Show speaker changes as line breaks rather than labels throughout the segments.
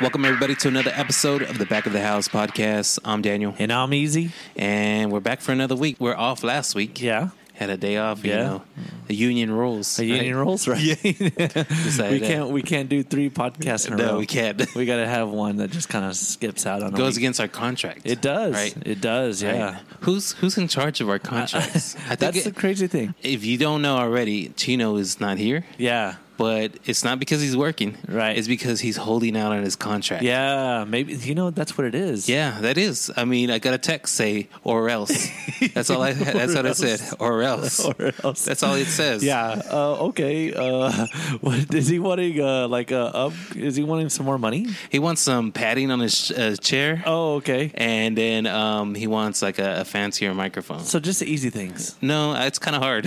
Welcome, everybody, to another episode of the Back of the House podcast. I'm Daniel,
And I'm easy.
and we're back for another week. We're off last week.
Yeah.
Had a day off, you
Yeah.
know. The union rules.
The union
right?
rules, right?
Decided
we
that.
can't we can't do three podcasts in a row.
No, we can't.
We gotta have one that just kind of skips out on a
Goes
week.
against our contract.
It does.
Right.
It does, yeah.
Right. Who's who's in charge of our contracts? I think
That's the
it-
crazy thing.
if you don't know already, Chino is not here,
Yeah.
but it's not because he's working.
Right.
It's because he's holding out on his contract.
Yeah. Maybe you know that's what it is.
Yeah, that is. I mean, I got a text say or else. That's all I. That's what I said. Or else.
Or else.
That's all it says.
Yeah. Uh, okay. Uh, what, is he wanting uh, like uh, up? Is he wanting some more money?
He wants some padding on his uh, chair,
Oh, okay.
and then um, he wants like a, a fancier microphone.
So just the easy things.
No, it's kind of hard.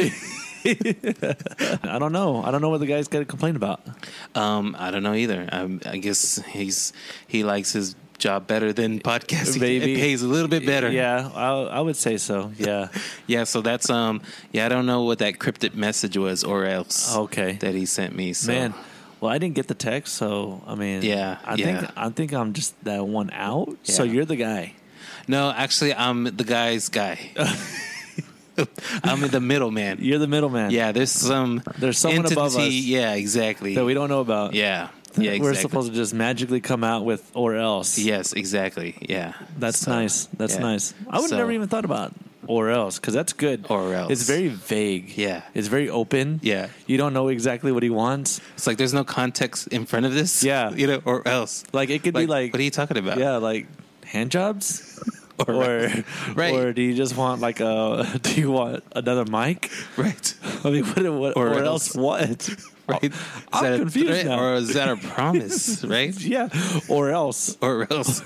I don't know. I don't know what the guy's got to complain about.
um, I don't know either. I, I guess he's he likes his job better than podcasting.
Maybe.
It pays a little bit better.
Yeah, I, I would say so. Yeah.
yeah. So that's um. Yeah, I don't know what that cryptic message was, or else
Okay.
that he sent me. So.
Man, well, I didn't get the text, so I mean,
Yeah,
I
yeah.
think I think I'm just that one out. So
Yeah.
you're the guy.
No, actually, I'm the guy's guy. I'm the middleman.
You're the middleman.
Yeah, there's some
There's someone above us.
Yeah, exactly.
that we don't know about.
yeah, yeah, exactly.
we're supposed to just magically come out with or else.
Yes, exactly. Yeah,
that's
So,
nice. That's
yeah.
nice. I would
So-
never even thought about or else because that's good.
Or else.
it's very vague.
Yeah.
it's very open.
Yeah.
you don't know exactly what he wants.
It's like there's no context in front of this.
Yeah.
you know, or else.
Like it could be like
what are you talking about?
Yeah, like hand jobs.
Or-
Or, or,
Right.
do you just want like a? Do you want another mic?
right.
I mean, what, what
Or
or, else, what?
Right. Is
I'm
that a
confused
threat
now.
Or is that a promise? right?
yeah, or else.
Or else.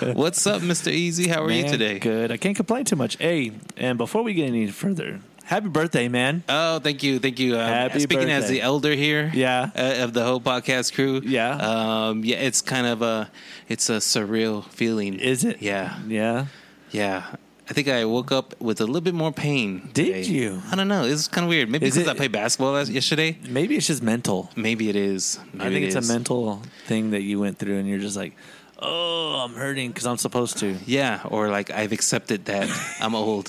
What's up, Mister Easy? How are you
Man,
today?
Good. I can't complain too much. Hey, and before we get any further, happy birthday, man.
Oh, thank you, thank you. Um,
Happy
speaking as
birthday.
the elder here,
Yeah.
uh, of the whole podcast crew,
Yeah.
um, yeah. It's kind of a, it's a surreal feeling.
Is it?
Yeah,
Yeah.
yeah. I think I woke up with a little bit more pain.
Did
today.
you?
I don't know. It's kind of weird. Maybe
Is
because
it-
I played basketball last, yesterday.
Maybe it's just mental.
Maybe it is. Maybe
I think
it
it's
is.
a mental thing that you went through, and you're just like, oh, I'm hurting because I'm supposed to.
Yeah, or like I've accepted that I'm old.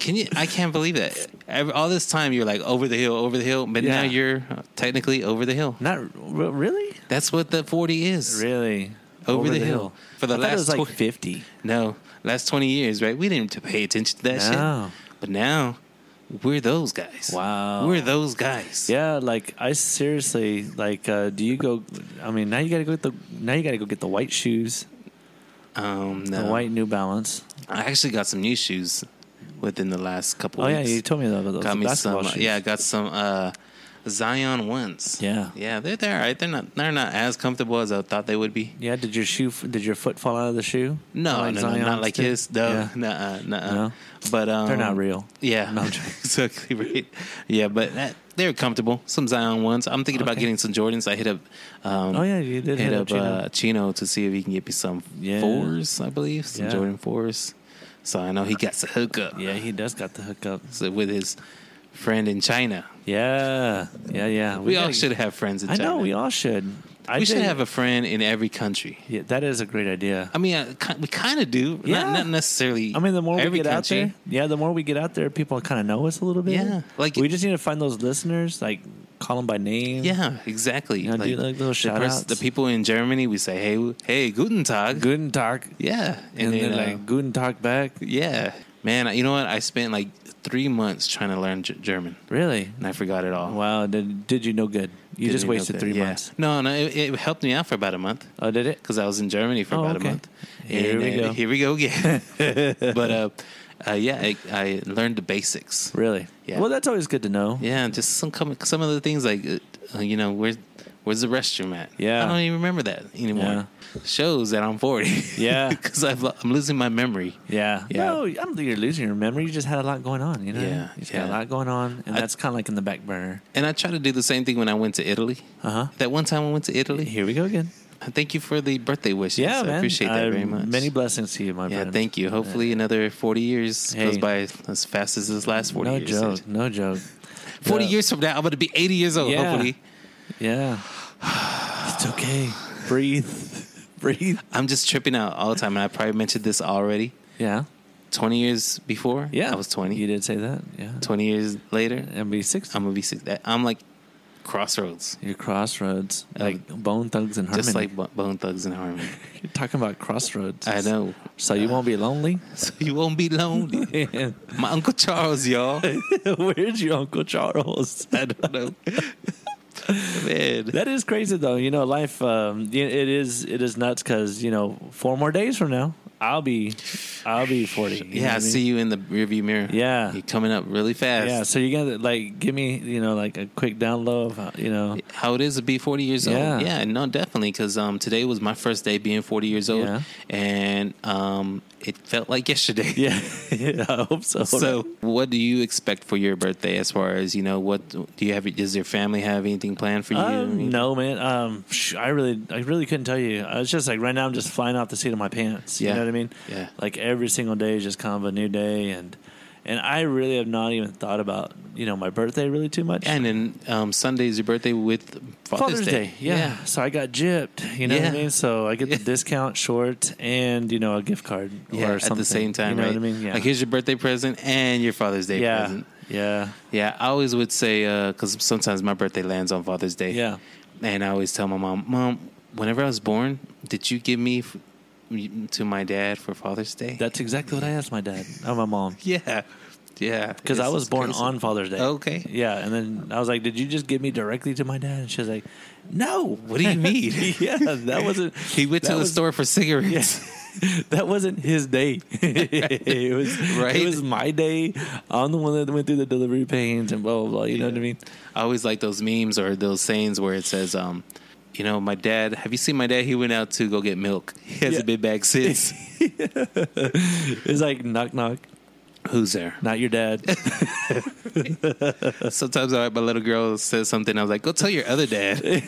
Can you? I can't believe that. Every- All this time you're like over the hill, over the hill, but now
Yeah.
you're technically over the hill.
Not r- really.
That's what the forty is.
Really.
Over the hill. For the
I thought it
last
was like
tw-
50.
No, last 20 years, right? We didn't pay attention to that
No.
shit. But now, we're those guys.
Oh, Wow.
We're those guys.
Yeah, like I seriously like. Uh, do you go? I mean, now you gotta go get the now you gotta go get the white shoes,
Um, no.
the white New Balance.
I actually got some new shoes within the last couple
Oh yeah,
weeks.
you told me about those.
got
the
me
basketball
some. uh,
shoes.
Yeah, I got some uh, Zion ones.
Yeah.
Yeah, they're, they're all right. They're not, they're not as comfortable as I thought they would be.
yeah. Did your shoe? Did your foot fall out of the shoe?
No,
Like
no, no,
Zion's
not like
did?
his. No,
Yeah.
nuh-uh, nuh-uh.
No?
But um,
They're not real.
Yeah,
No, I'm joking.
exactly right. Yeah, but that, they're comfortable. Some Zion ones. I'm thinking about
Okay.
getting some Jordans. I hit up. Um,
Oh, yeah, you did
hit
hit
up
up
Uh, Chino to see if he can get me some
Yeah.
fours. I believe some
Yeah.
Jordan fours. So I know he got the hookup.
Yeah, he does got the hookup.
So uh, with his friend in China.
Yeah, yeah, yeah.
We, all
gotta-
should have friends in
I
China.
know we all should. I
We should
think-
have a friend in every country.
Yeah, that is a great idea.
I mean, uh, ki- we kind of do. Not,
Yeah.
not necessarily.
I mean, the more we
every
get
country.
out there, yeah, the more we get out there, people kind of know us a little bit.
Yeah, like-
we just need to find those listeners, like call them by name.
Yeah, exactly.
You know, do, like, little
the,
shout-outs.
the people in Germany, we say, "Hey, hey, guten Tag."
Guten Tag,
Yeah,
and, then um,
uh,
like Guten Tag back.
yeah, man. You know what? I spent like three months trying to learn G- German,
Really?
and I forgot it all.
Wow. Did did you no good? You
Didn't
just
even
wasted
know that.
three
Yeah.
months.
No, no, it, it helped me out for about a month
Oh, did it?
because I was in Germany for
Oh,
about
okay.
a month.
Here we
uh,
go.
Here we go again. but uh, uh, yeah, I, I learned the basics.
Really?
Yeah.
Well, that's always good to know.
Yeah, just some com- some of the things like uh, you know where's where's the restroom at?
Yeah.
I don't even remember that anymore. Shows that I'm forty.
Yeah.
because I'm losing my memory.
Yeah.
Yeah.
No, I don't think you're losing your memory. You just had a lot going on. You know.
Yeah,
You just
yeah.
got a lot going on, and
I-
that's kind of like in the back burner.
And I try to do the same thing when I went to Italy.
Uh huh.
That one time I went to Italy.
Here we go again.
Thank you for the birthday wishes.
Yeah,
I
man.
appreciate that
Uh,
very much.
Many blessings to you, my
yeah,
friend.
thank you. Hopefully, another forty years
Hey.
goes by as fast as this last forty
No
years.
joke. No joke.
Forty
No.
years from now, I'm going to be eighty years old.
Yeah.
Hopefully,
Yeah. It's okay. breathe, breathe.
I'm just tripping out all the time, and I probably mentioned this already.
Yeah,
20 years before,
yeah.
I was 20.
You did say that. Yeah,
20 years later,
and be six.
I'm gonna be six. that- I'm like crossroads,
Your crossroads,
Um,
like Bone Thugs and Harmony.
just like Bo- Bone Thugs and Harmony.
You're talking about crossroads.
I know,
So you won't be lonely.
so you won't be lonely.
Where's
My uncle Charles, y'all.
your Uncle Charles?
I don't know, man.
That is crazy though. You know, life. Um, y- it is. It is nuts because you know, four more days from now, I'll be, I'll be forty. you know
Yeah,
what
I
I mean?
see you in the rearview mirror.
Yeah.
you're coming up really fast.
Yeah, so you gotta like give me you know like a quick down low of how- you know
how it is to be 40 years
Yeah.
old. Yeah, no, definitely. Because um, today was my first day being 40 years old,
Yeah.
and um, it felt like yesterday.
yeah. I hope so.
So, what do you expect for your birthday? As far as you know, what do you have? Does your family have anything planned for you?
Um, no, man. Um, sh- I really, I really couldn't tell you. I was just like right now, I'm just flying off the seat of my pants. You
Yeah.
know what I mean?
Yeah.
Like every single day is just kind of a new day, and and I really have not even thought about you know my birthday really too much.
And then um, Sunday's your birthday with Father's, Day.
Yeah. So I got gypped. You know what I
Yeah.
mean? So I get the discount short and, you know, a gift card
Yeah,
or something.
at the same time,
You know
right?
what I mean? Yeah.
Like here's your birthday present and your Father's Day
yeah.
present.
Yeah.
Yeah, I always would say because sometimes my birthday lands on Father's Day.
Yeah.
and I always tell my mom, Mom, whenever I was born, did you give me f- to my dad for Father's Day?
That's exactly what I asked my dad. Oh, my mom.
yeah, yeah,
Because I
It's
was born
crazy.
on Father's Day.
Okay.
Yeah. And then I was like, did you just give me directly to my dad? And she was like, no.
What do you mean?
yeah. That wasn't.
He went to
that
the
was-
store for cigarettes.
that wasn't his day. it was
Right?
It was my day. I'm the one that went through the delivery pains and blah blah blah. You know what I mean?
I always like those memes or those sayings where it says, um, you know, my dad. Have you seen my dad? He went out to go get milk. He hasn't
Yeah.
been back since.
It's like knock knock.
Who's there?
Not your dad.
Sometimes I, my little girl says something. I was like, go tell your other dad.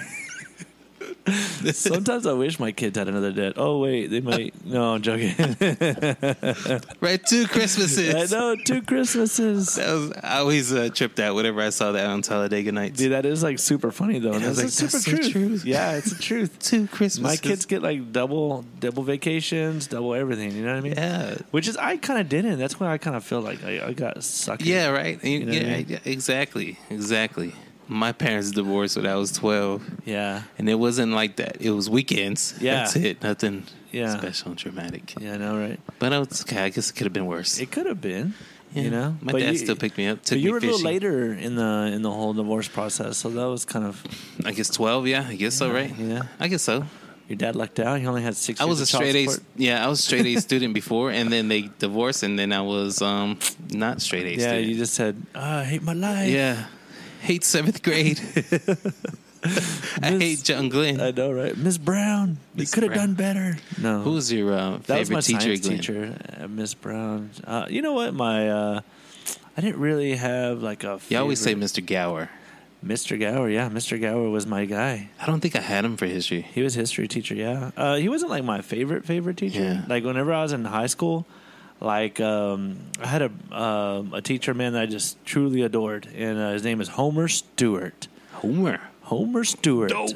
Sometimes I wish my kids had another dad. Oh wait, they might. No, I'm joking. I
right, two Christmases.
know two Christmases.
That was, I always uh, tripped out whenever I saw that on Talladega Nights.
Dude, that is like super funny though. And
I
it's like
was like,
super
that's the
truth.
truth.
Yeah, it's the truth.
two Christmases.
My kids get like double double vacations, double everything. You know what I mean?
Yeah.
Which is I kind of didn't. That's when I kind of feel like I, I got sucked.
Yeah, right. You-
You know what I
yeah,
mean?
yeah, exactly. Exactly. My parents divorced when I was 12,
Yeah.
and it wasn't like that. It was weekends.
Yeah.
That's it. Nothing
Yeah.
special and dramatic.
Yeah. I know, right?
But I was, okay, I guess it could have been worse.
It could have been.
Yeah.
You know,
My
But
dad
you-
still picked me up. Took
But you
me
were a
fishing.
little later in the in the whole divorce process, so that was kind of
I guess 12, yeah. I guess so, right?
yeah.
I guess so.
your dad lucked out. He only had six.
I was
years
a
of child
straight A,
support.
yeah, I was a straight A student before, and then they divorced, and then I was um not straight A
Yeah,
student.
you just said, "Oh, I hate my life.
Yeah. Hate seventh grade. I
Miss-
hate John Glenn.
I know, right? Miss Brown,
Miss
you could have
Brown.
done better. No,
Who was your uh,
that
favorite
was my
teacher,
science
Glenn?
teacher, uh, Miss Brown. Uh, you know what? My uh, I didn't really have like a.
You always say
favorite-
Mr. Gower.
Mr. Gower. Yeah, Mr. Gower was my guy.
I don't think I had him for history.
He was history teacher, yeah. Uh, he wasn't like my favorite favorite teacher.
Yeah.
Like whenever I was in high school, like um, I had a um, a teacher man that I just truly adored, and uh, his name is Homer Stewart.
Homer.
Homer Stewart.
Dope.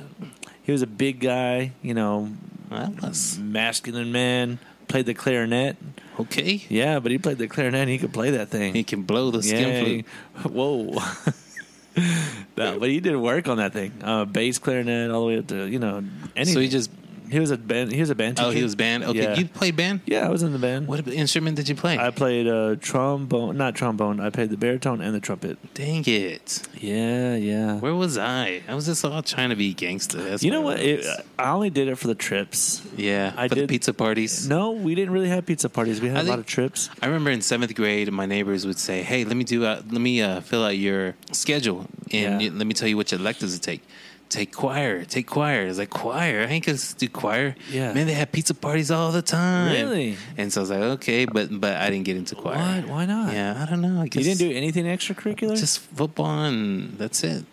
He was a big guy, you know,
I was.
masculine man. Played the clarinet.
Okay.
Yeah, but he played the clarinet. and He could play that thing.
He can blow the skin flute.
flute. Whoa. No, but he did work on that thing. Uh, bass clarinet all the way up to you know anything.
So he just.
He was a band. He was a band. Teacher.
Oh, he was band. Okay.
Yeah.
You played band?
yeah, I was in the band.
What instrument did you play?
I played uh, trombone, not trombone. I played the baritone and the trumpet.
Dang it.
Yeah, yeah.
Where was I? I was just all trying to be gangster. That's
you know
where
what?
I
It,
was.
I only did it for the trips.
yeah.
I
for the
did-
pizza parties.
No, we didn't really have pizza parties. We had
I
a lot
think-
of trips.
I remember in seventh grade, my neighbors would say, "Hey, let me do uh, let me uh, fill out your schedule, and
Yeah.
y- let me tell you which electives to take. Take choir, take choir." It's like choir. I ain't gonna do choir.
Yeah.
man, they have pizza parties all the time.
Really?
And so I was like, okay, but but I didn't get into choir.
What? Why not?
Yeah, I don't know. I
You
guess
didn't do anything extracurricular.
just football, and that's it.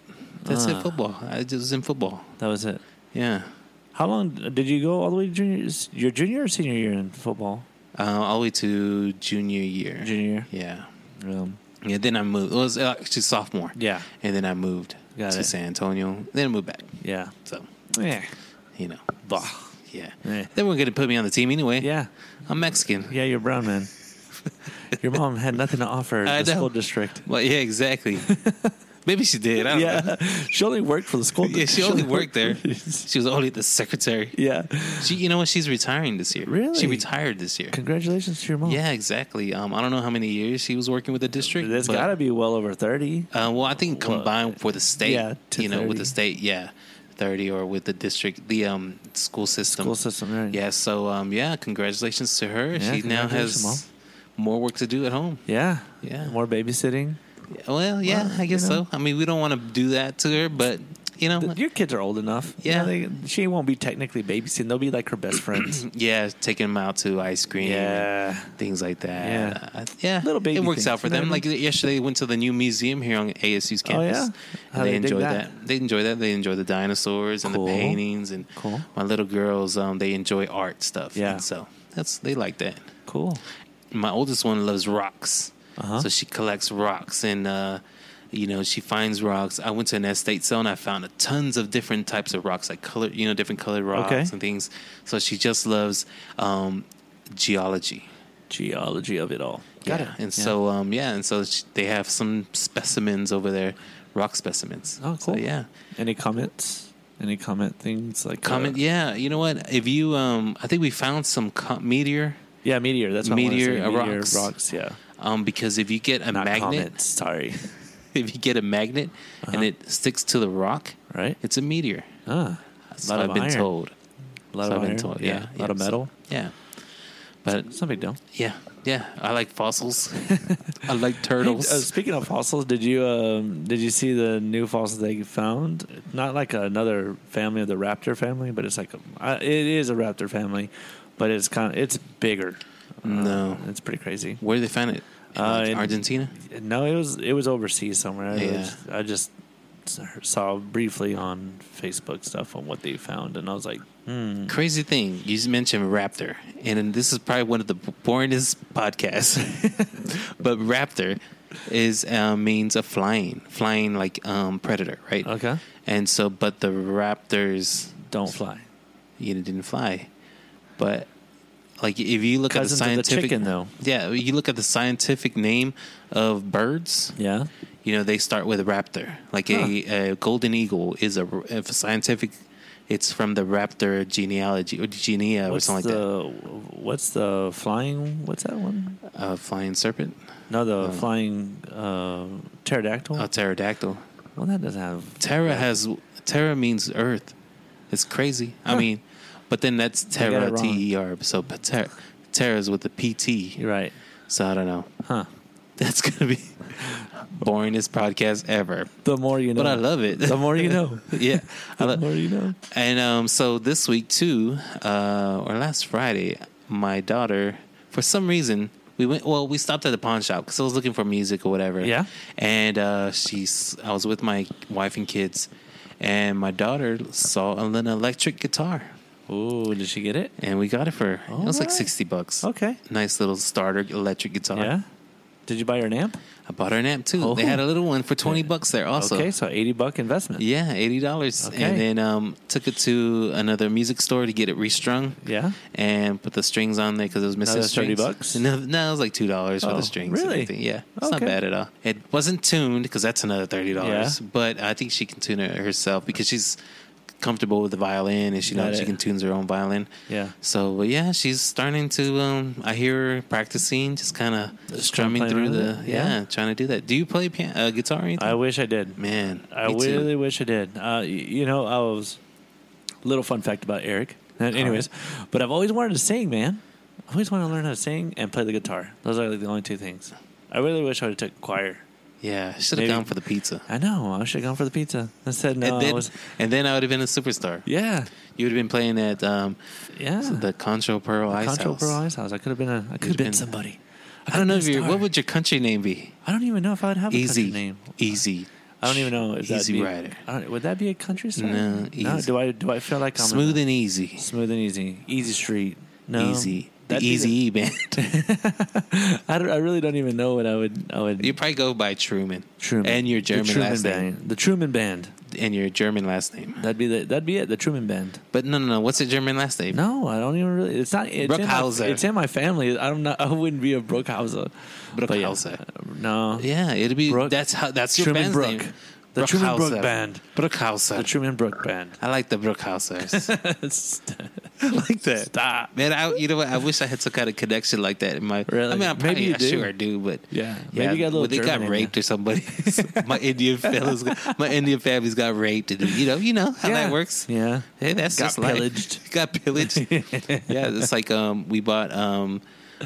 That's
Ah.
it. Football. I just was in football.
that was it.
Yeah,
How long did you go all the way to junior? Your junior or senior year in football?
uh, all the way to junior year.
Junior.
Yeah.
year. Um,
Yeah. Then I moved. It was uh, actually sophomore.
yeah,
And then I moved
Got
to
it.
San Antonio. Then I moved back.
yeah,
So
yeah.
you know.
Bah.
Yeah.
Yeah.
They weren't going to put me on the team anyway.
Yeah.
I'm Mexican.
Yeah, you're brown, man. Your mom had nothing to offer
I
the
know.
school district.
Well, yeah, exactly. Maybe she did. I don't know.
Yeah. She only worked for the school
Yeah, she only worked there. She was only the secretary.
yeah.
She, you know what? She's retiring this year.
Really?
She retired this year.
Congratulations to your mom.
Yeah, exactly. Um, I don't know how many years she was working with the district.
That's
but,
got to be well over 30.
Uh, well, I think combined for the state,
yeah, to
you know, with
30.
the state, yeah, thirty, or with the district, the um school system,
School system, right.
Yeah. So, um, yeah, congratulations to her.
Yeah,
she now
congratulations,
has
Mom.
more work to do at home.
Yeah.
Yeah.
More babysitting.
Well, yeah,
Well,
I guess
you know.
so. I mean, we don't want to do that to her, but you know,
Your kids are old enough.
Yeah.
You know, they, she won't be technically babysitting. They'll be like her best friends.
yeah, taking them out to ice cream.
yeah.
things like that.
Yeah.
Uh, yeah.
Little baby
It works
things,
out for
you know
them. Like
what
yesterday, they went to the new museum here on ASU's
Oh, yeah?
campus. And
How they
they
dig
enjoyed
that?
that? They enjoy that. They enjoy the dinosaurs and
Cool.
the paintings and
Cool.
my little girls. Um, they enjoy art stuff.
Yeah.
And so that's they like that.
Cool.
My oldest one loves rocks,
Uh-huh.
so she collects rocks and. Uh, you know, she finds rocks. I went to an estate sale and I found tons of different types of rocks, like color, you know, different colored rocks
Okay.
and things. So she just loves um, geology.
Geology of it all.
Yeah. And so, um, yeah, and so sh- they have some specimens over there, rock specimens.
Oh,
So,
cool.
yeah.
Any comments? Any comment things like
Comment.
uh,
yeah. You know what? If you, um, I think we found some co- meteor,
yeah, meteor. That's what
Meteor,
I
uh,
wanted to say. meteor
rocks.
rocks. Yeah,
um, because if you get a
not
magnet,
comments. Sorry.
if you get a magnet
Uh-huh.
and it sticks to the rock,
Right.
it's a meteor.
Ah,
That's
a lot
what
of
I've been
iron.
told.
A lot
So
of
I've
iron.
been told.
yeah,
Yeah.
a lot of
so-
metal.
yeah. But
It's no big deal.
yeah, yeah. I like fossils. I like
Hey, uh,
turtles.
speaking of fossils, did you um, did you see the new fossils they found? Not like another family of the raptor family, but it's like a, uh, it is a raptor family, but it's kind of it's bigger. Uh,
No.
it's pretty crazy.
Mm. Where they found it? In,
Uh,
like,
in-
Argentina.
No, it was it was overseas somewhere. I,
Yeah.
just, I just saw briefly on Facebook stuff on what they found, and I was like, hmm.
Crazy thing, you just mentioned Raptor, and then this is probably one of the boringest podcasts. but Raptor is uh, means a flying, flying like um, predator, right?
Okay.
And so, but the raptors,
don't fly.
you know, didn't fly. But like, if you look
Cousins of
at
the
the scientific,
chicken, though.
yeah, you look at the scientific name of birds.
Yeah,
You know, they start with a raptor. Like a, a golden eagle is a if scientific. It's from the raptor genealogy or genea or
what's
something like
the what's the flying? What's that one?
that. A flying serpent,
No, the
No.
flying uh, pterodactyl.
a pterodactyl.
well, that doesn't have.
Terra has Terra means earth. It's crazy. I mean, but then that's
got it
Terra
wrong.
T E R. So but ter- Terra's with the P T.
You're right,
So I don't know.
huh?
That's gonna be boringest podcast ever.
The more you know,
But I love it.
The more you know.
yeah. I
The
lo-
more you know.
And um, so this week too, uh, or last Friday, my daughter, for some reason, we went. Well, we stopped at the pawn shop because I was looking for music or whatever.
Yeah.
And uh, she's. I was with my wife and kids, and my daughter saw an electric guitar,
Ooh, did she get it?
and we got it for. her. it was like
Alright.
sixty bucks.
Okay.
Nice little starter electric guitar.
Yeah. Did you buy her an amp?
I bought her an amp too.
Oh.
They had a little one for twenty bucks there also.
okay, so eighty buck investment.
Yeah, eighty dollars,
Okay.
and then um, took it to another music store to get it restrung.
Yeah.
and put the strings on there because it was missing
Another 30
strings.
bucks?
No, no, it was like two dollars for
Oh,
the strings. and
really?
everything. Yeah, it's not
Okay.
bad at all. It wasn't tuned because that's another thirty dollars.
Yeah.
But I think she can tune it herself because she's comfortable with the violin and she
Got
knows
it.
she can tune her own violin.
Yeah.
So, but yeah, she's starting to. Um, I hear her practicing, just kind of
Just
strumming
kinda
through
playing with
the.
it, yeah.
Yeah. trying to do that. Do you play pian- uh, guitar or anything?
I wish I did.
Man,
I
me too.
really wish I did. Uh, y- you know, I was little fun fact about Eric. And anyways, but I've always wanted to sing, man. I always wanted to learn how to sing and play the guitar. Those are like the only two things. I really wish I would have took choir.
Yeah, should have
Maybe-
gone for the pizza.
I know I should have gone for the pizza. I said no.
and,
I
then,
was,
and then I would have been a superstar.
yeah,
You would have been playing at um,
yeah.
the Concho Pearl Ice
Control
House.
Pearl Ice House. I could have been a. I could have
You'd
been,
been-
somebody.
I don't know if
you.
you. What would your country name be?
I don't even know if I'd have a
Easy
country name.
Easy.
I don't even know if that'd
Easy
be,
Rider.
I don't, would that be a country song?
No, easy.
Do I do I feel like I'm
Smooth
a,
and easy.
smooth and easy, easy street? No,
Easy. The
That'd be
Easy E band.
I, don't, I really don't even know what I would. I would.
you probably go by Truman.
Truman
And your German
the Truman
last name.
Band. The Truman Band.
And your German last name.
That'd be the, That'd be it. The Truman Band.
But no, no, no. What's the German last name?
No, I don't even really. It's not. It's in my,
Brookhauser.
it's in my family. I don't know. I wouldn't be a Brookhauser. But yeah.
Brookhauser.
No.
Yeah, it'd be
Brooke.
that's how that's your
Truman
band's
Brooke.
name.
The Truman Brooke
Brookhauser.
Band.
Brookhauser.
The Truman Brook Band.
I like the Brookhausers.
Stop.
I like that. Man, I, you know what? I wish I had some kind of connection like that in my.
Really?
I mean, I
Maybe
probably
you
I
do.
sure do, but
Yeah. Maybe you got a little
well, they
German
got
in
raped or somebody. my Indian fellas, got- my Indian families got raped, and you know, you know how
Yeah.
that works.
Yeah.
Hey, that's
Got
just life.
pillaged.
got pillaged. yeah, it's like um, we bought um,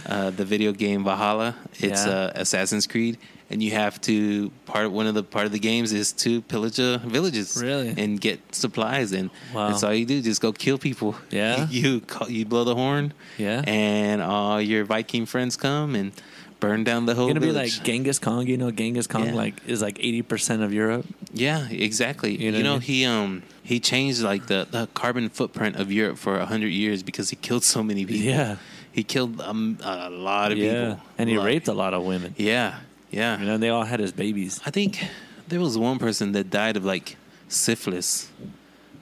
uh, the video game Valhalla. It's
Yeah.
uh, Assassin's Creed, and you have to part one of the part of the games is to pillage uh, villages,
Really?
and get supplies, and
Wow.
that's all you do. Just go kill people.
Yeah?
you call, you blow the horn.
Yeah.
and all your Viking friends come and burn down the whole.
Gonna be like
village.
Genghis Khan. You know, Genghis Khan
Yeah.
like is like eighty percent of Europe.
Yeah, exactly. You
You know
know,
what I mean?
he um he changed like the, the carbon footprint of Europe for hundred years because he killed so many people.
Yeah.
he killed um, a lot of
Yeah,
people,
and he
Lot.
raped a lot of women.
Yeah, yeah.
You know, they all had his babies.
I think there was one person that died of like syphilis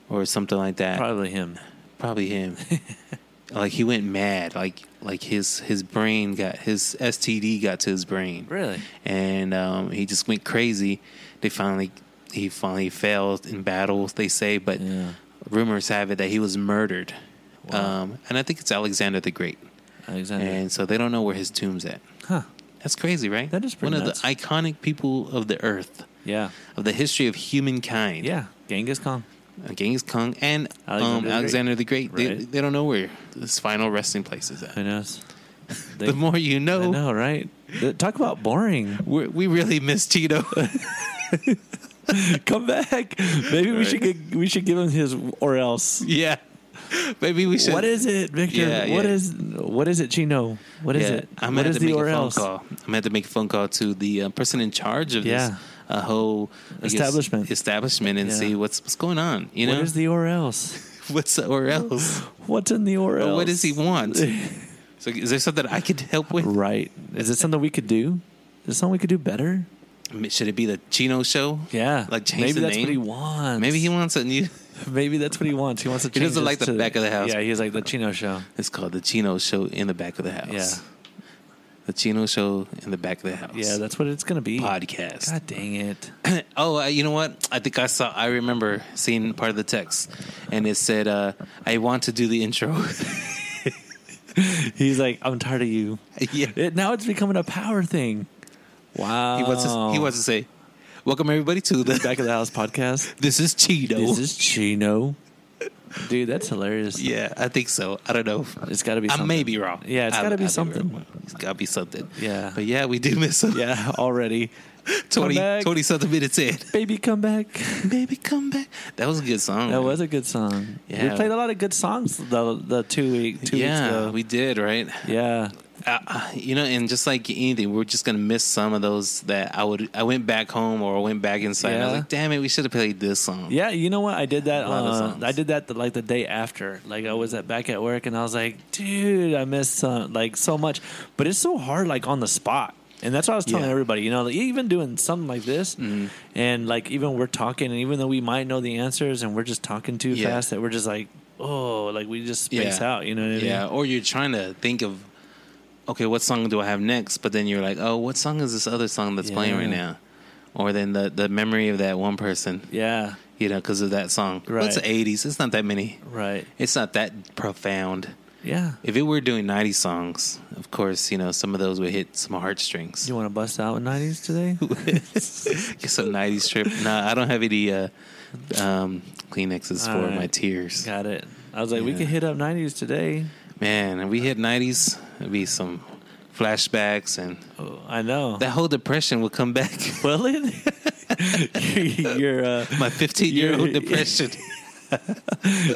or something like that. Probably,
Probably him.
him. like he went mad. Like like his his brain got his STD got to his brain.
Really?
and um, he just went crazy. They finally he finally failed in battles, they say, but
Yeah.
rumors have it that he was murdered.
Wow.
Um, and I think it's Alexander the Great,
Alexander.
and so they don't know where his tomb's at.
huh.
That's crazy, right?
That is pretty
one
nuts.
of the iconic people of the earth,
Yeah.
of the history of humankind.
Yeah. Genghis Khan.
Uh, Genghis Khan and
Alexander the
um,
Great.
Alexander the Great. They,
Right.
they don't know where his final resting place is
Who
at.
knows? They,
the more you
I
know,
know, right? Th- Talk about boring.
We're, we really miss Tito.
Come back. Maybe we should get, we should give him his or else.
yeah, maybe we should.
What is it, Victor?
Yeah,
What
yeah.
is what is it, Chino? What is
Yeah,
it?
I'm
what
gonna
is
have to make a phone call. I'm gonna have to make a phone call to the uh, person in charge of
Yeah.
this uh, whole I guess,
Establishment.
establishment, and
Yeah.
see what's what's going on. You
What
know,
is the or else?
what's or else,
What's in the or else?
Or what does he want? so is there something I could help with?
right. Is it something we could do? Is it something we could do better?
Should it be the Chino Show?
Yeah.
like change
Maybe
the
that's
name.
what he wants.
Maybe he wants a new.
Maybe that's what he wants. He wants to
He
change
doesn't like
this
the
to-
back of the house.
Yeah, he's like the Chino show.
It's called the Chino Show in the back of the house.
Yeah.
the Chino Show in the back of the house.
Yeah, that's what it's gonna be.
podcast.
God dang it.
oh, uh, you know what? I think I saw. I remember seeing part of the text, and it said, uh, "I want to do the intro."
He's like, I'm tired of you.
yeah,
It, now it's becoming a power thing. Wow.
he wants. To, he wants to say, "Welcome everybody to the.
back of the house podcast.
This is Cheeto."
This is Chino. Dude, that's hilarious.
yeah, I think so. I don't know.
It's got to be.
I
Something.
may be wrong.
Yeah, it's
I-
gotta be
I may
something.
wrong. It's got to be something.
Yeah.
but yeah, we do miss him.
Yeah, already.
20,
Come back.
20 something minutes in.
Baby, come back.
Baby, come back. That was a good song.
That
man.
was a good song.
Yeah.
We played a lot of good songs the the two week two weeks
yeah,
ago.
we did right.
yeah,
uh, uh, you know, and just like anything, we're just gonna miss some of those that I would. I went back home or I went back inside. And I was
Yeah.
like, damn it, we should have played this song.
yeah. You know what? I did that.
A lot of
uh,
songs.
I did that the, like the day after. Like I was at, back at work and I was like, dude, I missed uh, like so much. But it's so hard like on the spot. And that's what I was telling
Yeah. Mm-hmm.
everybody. You know, like, even doing something like this, and like even we're talking, and even though we might know the answers, and we're just talking too
Yeah.
fast, that we're just like, oh, like we just space
Yeah.
out. You know what I mean?
yeah. Or you're trying to think of, okay, what song do I have next? But then you're like, oh, what song is this other song that's playing right
Yeah.
now? Or then the the memory of that one person,
Yeah.
you know, because of that song. Well, it's
Right.
the '80s. It's not that many.
Right.
It's not that profound.
Yeah.
If it were doing '90s songs, of course, you know, some of those would hit some heartstrings.
You want to bust out in nineties today?
Get some nineties trip. No, I don't have any uh, um, Kleenexes
All
for
right.
my tears.
Got it. I was like, we
Yeah.
could hit up nineties today.
Man, if we hit nineties, it'd be some flashbacks and
Oh, I know.
that whole depression would come back.
well, it, your uh,
my fifteen year
You're-
old depression.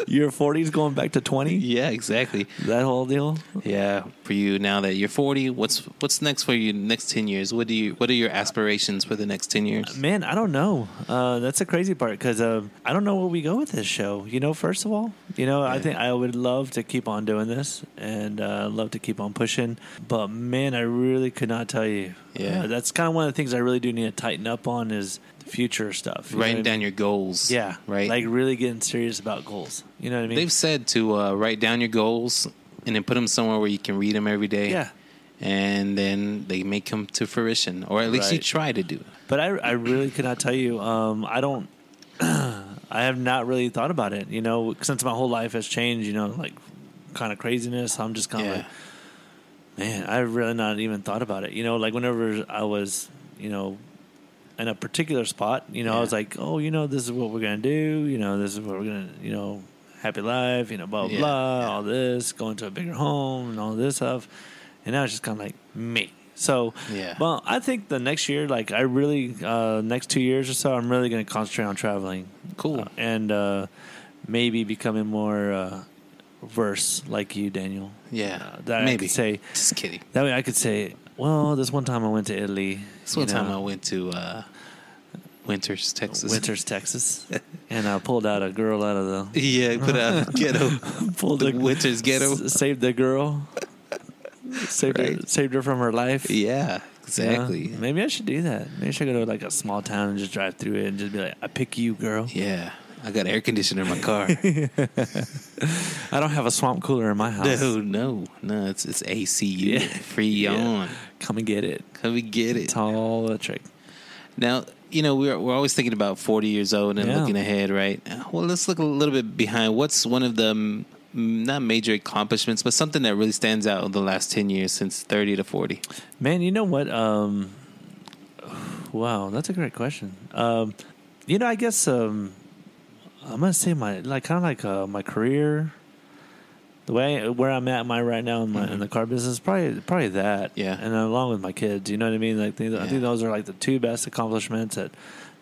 Your 40s going back to 20?
yeah, exactly.
That whole deal?
Yeah, for you now that you're 40, what's what's next for you next 10 years? What do you what are your aspirations for the next 10 years?
Man, I don't know. Uh, that's the crazy part because um, I don't know where we go with this show. You know, first of all, you know, I
Yeah.
think I would love to keep on doing this and uh, love to keep on pushing. But man, I really could not tell you.
Yeah.
Uh, that's kind of one of the things I really do need to tighten up on is the future stuff. you know what I
Writing
mean?
down your goals.
Yeah.
Right.
Like really getting serious about goals. You know what I mean?
They've said to uh, write down your goals and then put them somewhere where you can read them every day.
Yeah.
And then they may come to fruition, or at least you
Right.
try to do it.
But I, I really could not tell you. Um, I don't. I have not really thought about it. You know, since my whole life has changed. You know, like kind of craziness. I'm just kind of
Yeah.
like, man, I've really not even thought about it. You know, like whenever I was, you know, in a particular spot, you know, I
Yeah.
was like, oh, you know, this is what we're gonna do. You know, this is what we're gonna, you know, happy life. You know, blah blah,
Yeah,
blah
yeah.
all this, going to a bigger home, and all this stuff. And now it's just kind of like me. So,
Yeah.
well, I think the next year, like I really, uh, next two years or so, I'm really going to concentrate on traveling.
Cool.
Uh, and uh, maybe becoming more uh, verse like you, Daniel.
Yeah.
Uh, that I
maybe.
could say
Just kidding.
that way I could say, well, this one time I went to Italy.
This
you
one time I
know,
went to uh, Winters, Texas.
Winters, Texas, and I pulled out a girl out of the
Yeah, put out ghetto.
pulled
The Winters ghetto.
s- saved the girl, saved her,
Right.
saved her from her life.
Yeah,
You know?
exactly.
Maybe I should do that. Maybe I should go to like a small town and just drive through it and just be like, I pick you, girl.
Yeah, I got air conditioner in my car.
I don't have a swamp cooler in my house.
no, no, no. It's it's AC
Yeah.
free
Yeah.
on.
Come and get it.
Come and get it.
It's all a trick.
Now you know we're we're always thinking about forty years old and
Yeah.
looking ahead, right? Well, let's look a little bit behind. What's one of the mm, not major accomplishments, but something that really stands out in the last ten years, since thirty to forty?
Man, you know what? Um, wow, that's a great question. Um, you know, I guess um, I'm gonna say my like kind of like uh, my career, the way where I'm at my right now in my in the car business, probably probably that.
Mm-hmm. Yeah.
and along with my kids, you know what I mean. Like these- I
Yeah.
think those are like the two best accomplishments that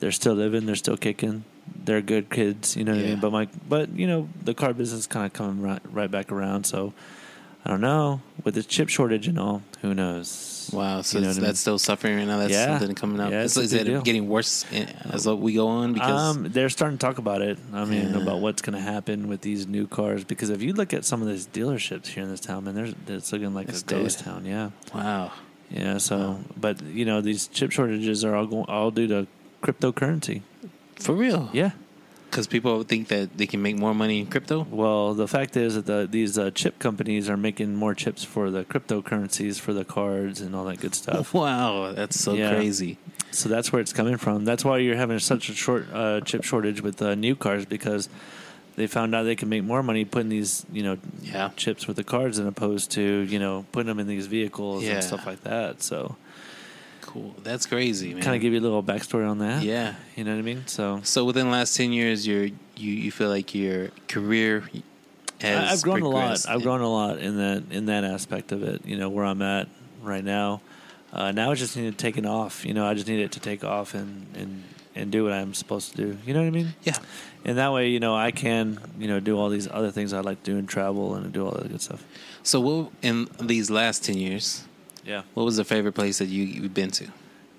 they're still living, they're still kicking. They're good kids, you know what I
Yeah.
mean. But my, but you know, the car business kind of coming right, right back around. So I don't know with the chip shortage and all. Who knows?
Wow, so
You know
it's-
what I
that's still suffering right now. That's
Yeah.
something coming up.
Yeah,
is
it's a
is
big
it
deal.
getting worse in- as we go on? Because
um, they're starting to talk about it. I mean,
Yeah.
about what's going to happen with these new cars. Because if you look at some of these dealerships here in this town, man, there's it's looking like
It's
a ghost
dead.
town. Yeah,
wow,
yeah. So, but you know, these chip shortages are all going, all due to cryptocurrency.
for real?
Yeah.
because people think that they can make more money in crypto.
Well, the fact is that the, these uh, chip companies are making more chips for the cryptocurrencies for the cards and all that good stuff.
Wow, that's so
Yeah.
crazy.
So that's where it's coming from. That's why you're having such a short uh, chip shortage with uh, new cars because they found out they can make more money putting these you know
Yeah.
chips with the cards than opposed to you know putting them in these vehicles
Yeah.
and stuff like that. So
Cool, that's crazy, man.
kind of give you a little backstory on that.
yeah.
you know what I mean. So
So within the last ten years, your you you feel like your career
I,
has
I've grown a lot.
progressed.
I've grown a lot in that in that aspect of it. You know where I'm at right now. Uh, now I just need it taken off. You know I just need it to take off and and and do what I'm supposed to do. You know what I mean?
Yeah,
And that way, you know, I can, you know, do all these other things I like to do and travel and do all that good stuff.
So, what in these last ten years,
Yeah.
what was the favorite place that you, you've been to,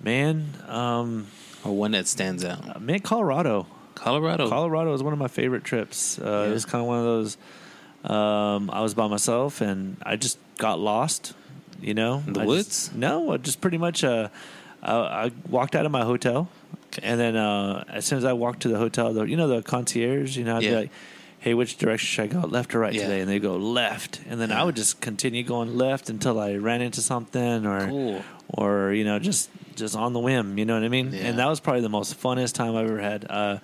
Man, um,
or one that stands out?
man, Colorado.
Colorado.
Colorado is one of my favorite trips. Uh, It
Yeah.
was kind of one of those, um, I was by myself and I just got lost, you know.
In the
I just-
woods?
no, I just pretty much, uh, I, I walked out of my hotel.
Okay.
And then uh, as soon as I walked to the hotel, the, you know, the concierge, you know, I'd be
Yeah.
like, hey, which direction should I go, left or right
Yeah.
today? And they go left. And then I
Yeah.
would just continue going left until I ran into something or,
Cool.
or you know, just just on the whim. You know what I mean?
Yeah.
And that was probably the most funnest time I've ever had. Uh,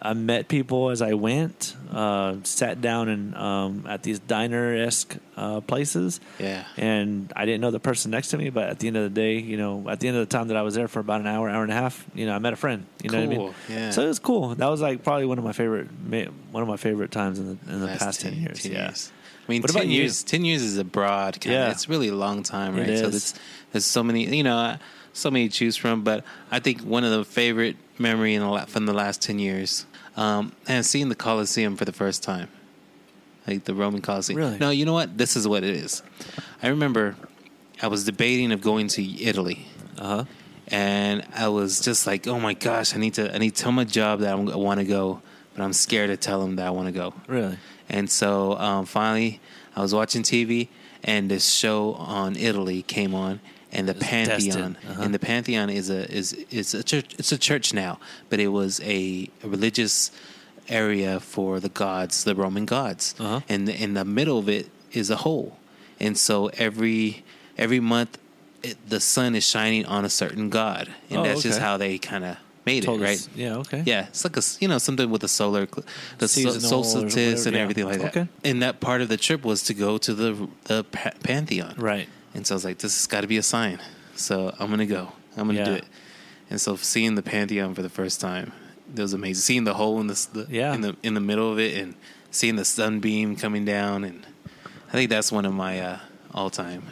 I met people as I went, uh, sat down and um, at these diner esque uh, places.
Yeah.
And I didn't know the person next to me, but at the end of the day, you know, at the end of the time that I was there for about an hour, hour and a half, you know, I met a friend. You know what I mean?
Cool, yeah.
So it was cool. That was like probably one of my favorite, ma- one of my favorite times in the in the
Last
past ten, years. yeah.
I mean,
What
ten
about you?
years. Ten years is a broad kind.
Yeah.
Of, it's really a long time,
It
right? So
is.
there's there's so many, you know, so many to choose from. But I think one of the favorite memory in the la- from the last ten years. um, and seeing the Colosseum for the first time, like the Roman Colosseum.
Really?
No, you know what? This is what it is. I remember I was debating of going to Italy,
Uh huh.
and I was just like, "Oh my gosh, I need to, I need to tell my job that I'm, I want to go, but I'm scared to tell them that I want to go."
Really?
And so um, finally, I was watching TV, and this show on Italy came on, and the
It's
Pantheon.
tested, uh-huh.
And the Pantheon is a is is a church. It's a church now, but it was a, a religious area for the gods, the Roman gods.
Uh-huh.
And in the middle of it is a hole, and so every every month. It, the sun is shining on a certain god, and
Oh,
that's just
okay.
how they kind of made
Told
it, right?
us. Yeah. Okay.
Yeah, it's like a s- you know something with the solar, cl- the sol-
Seasonal or
solstice
whatever,
and
yeah.
everything like that.
Okay.
And that part of the trip was to go to the the pa- pantheon.
Right.
And so I was like, this has got to be a sign. So I'm gonna go. I'm gonna do
Yeah.
it. And so seeing the pantheon for the first time, that was amazing. Seeing the hole in the, s- the
Yeah.
in the in the middle of it, and seeing the sunbeam coming down, and I think that's one of my uh, all time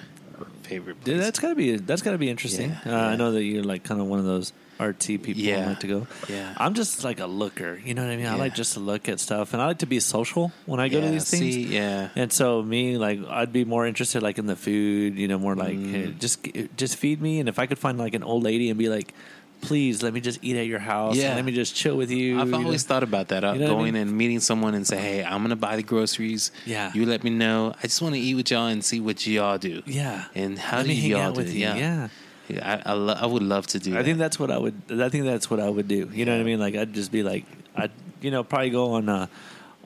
favorite.
Dude,
Places.
that's gotta be that's gotta be interesting.
Yeah,
uh,
yeah.
I know that you're like kind of one of those RT people who
Yeah,
like to go.
yeah.
I'm just like a looker. You know what I mean? I
Yeah.
like just to look at stuff, and I like to be social when I go to
Yeah,
these
see,
things.
yeah.
And so me, like, I'd be more interested like in the food. You know, more like hey,
Mm-hmm.
just just feed me, and if I could find like an old lady and be like, please let me just eat at your house.
Yeah.
and let me just chill with you.
I've
you know?
always thought about that. Uh,
You know what I
going
mean?
and meeting someone and say, "Hey, I'm gonna buy the groceries.
Yeah.
you let me know. I just want to eat with y'all and see what y'all do.
yeah.
and how
let
do
me hang
y'all
out
do?
with
it?
you?
Yeah,
yeah.
Yeah, I I, lo- I would love to do.
I
that.
think that's what I would. I think that's what I would do. You know what I
Yeah.
mean? Like I'd just be like, I, you know, probably go on, uh,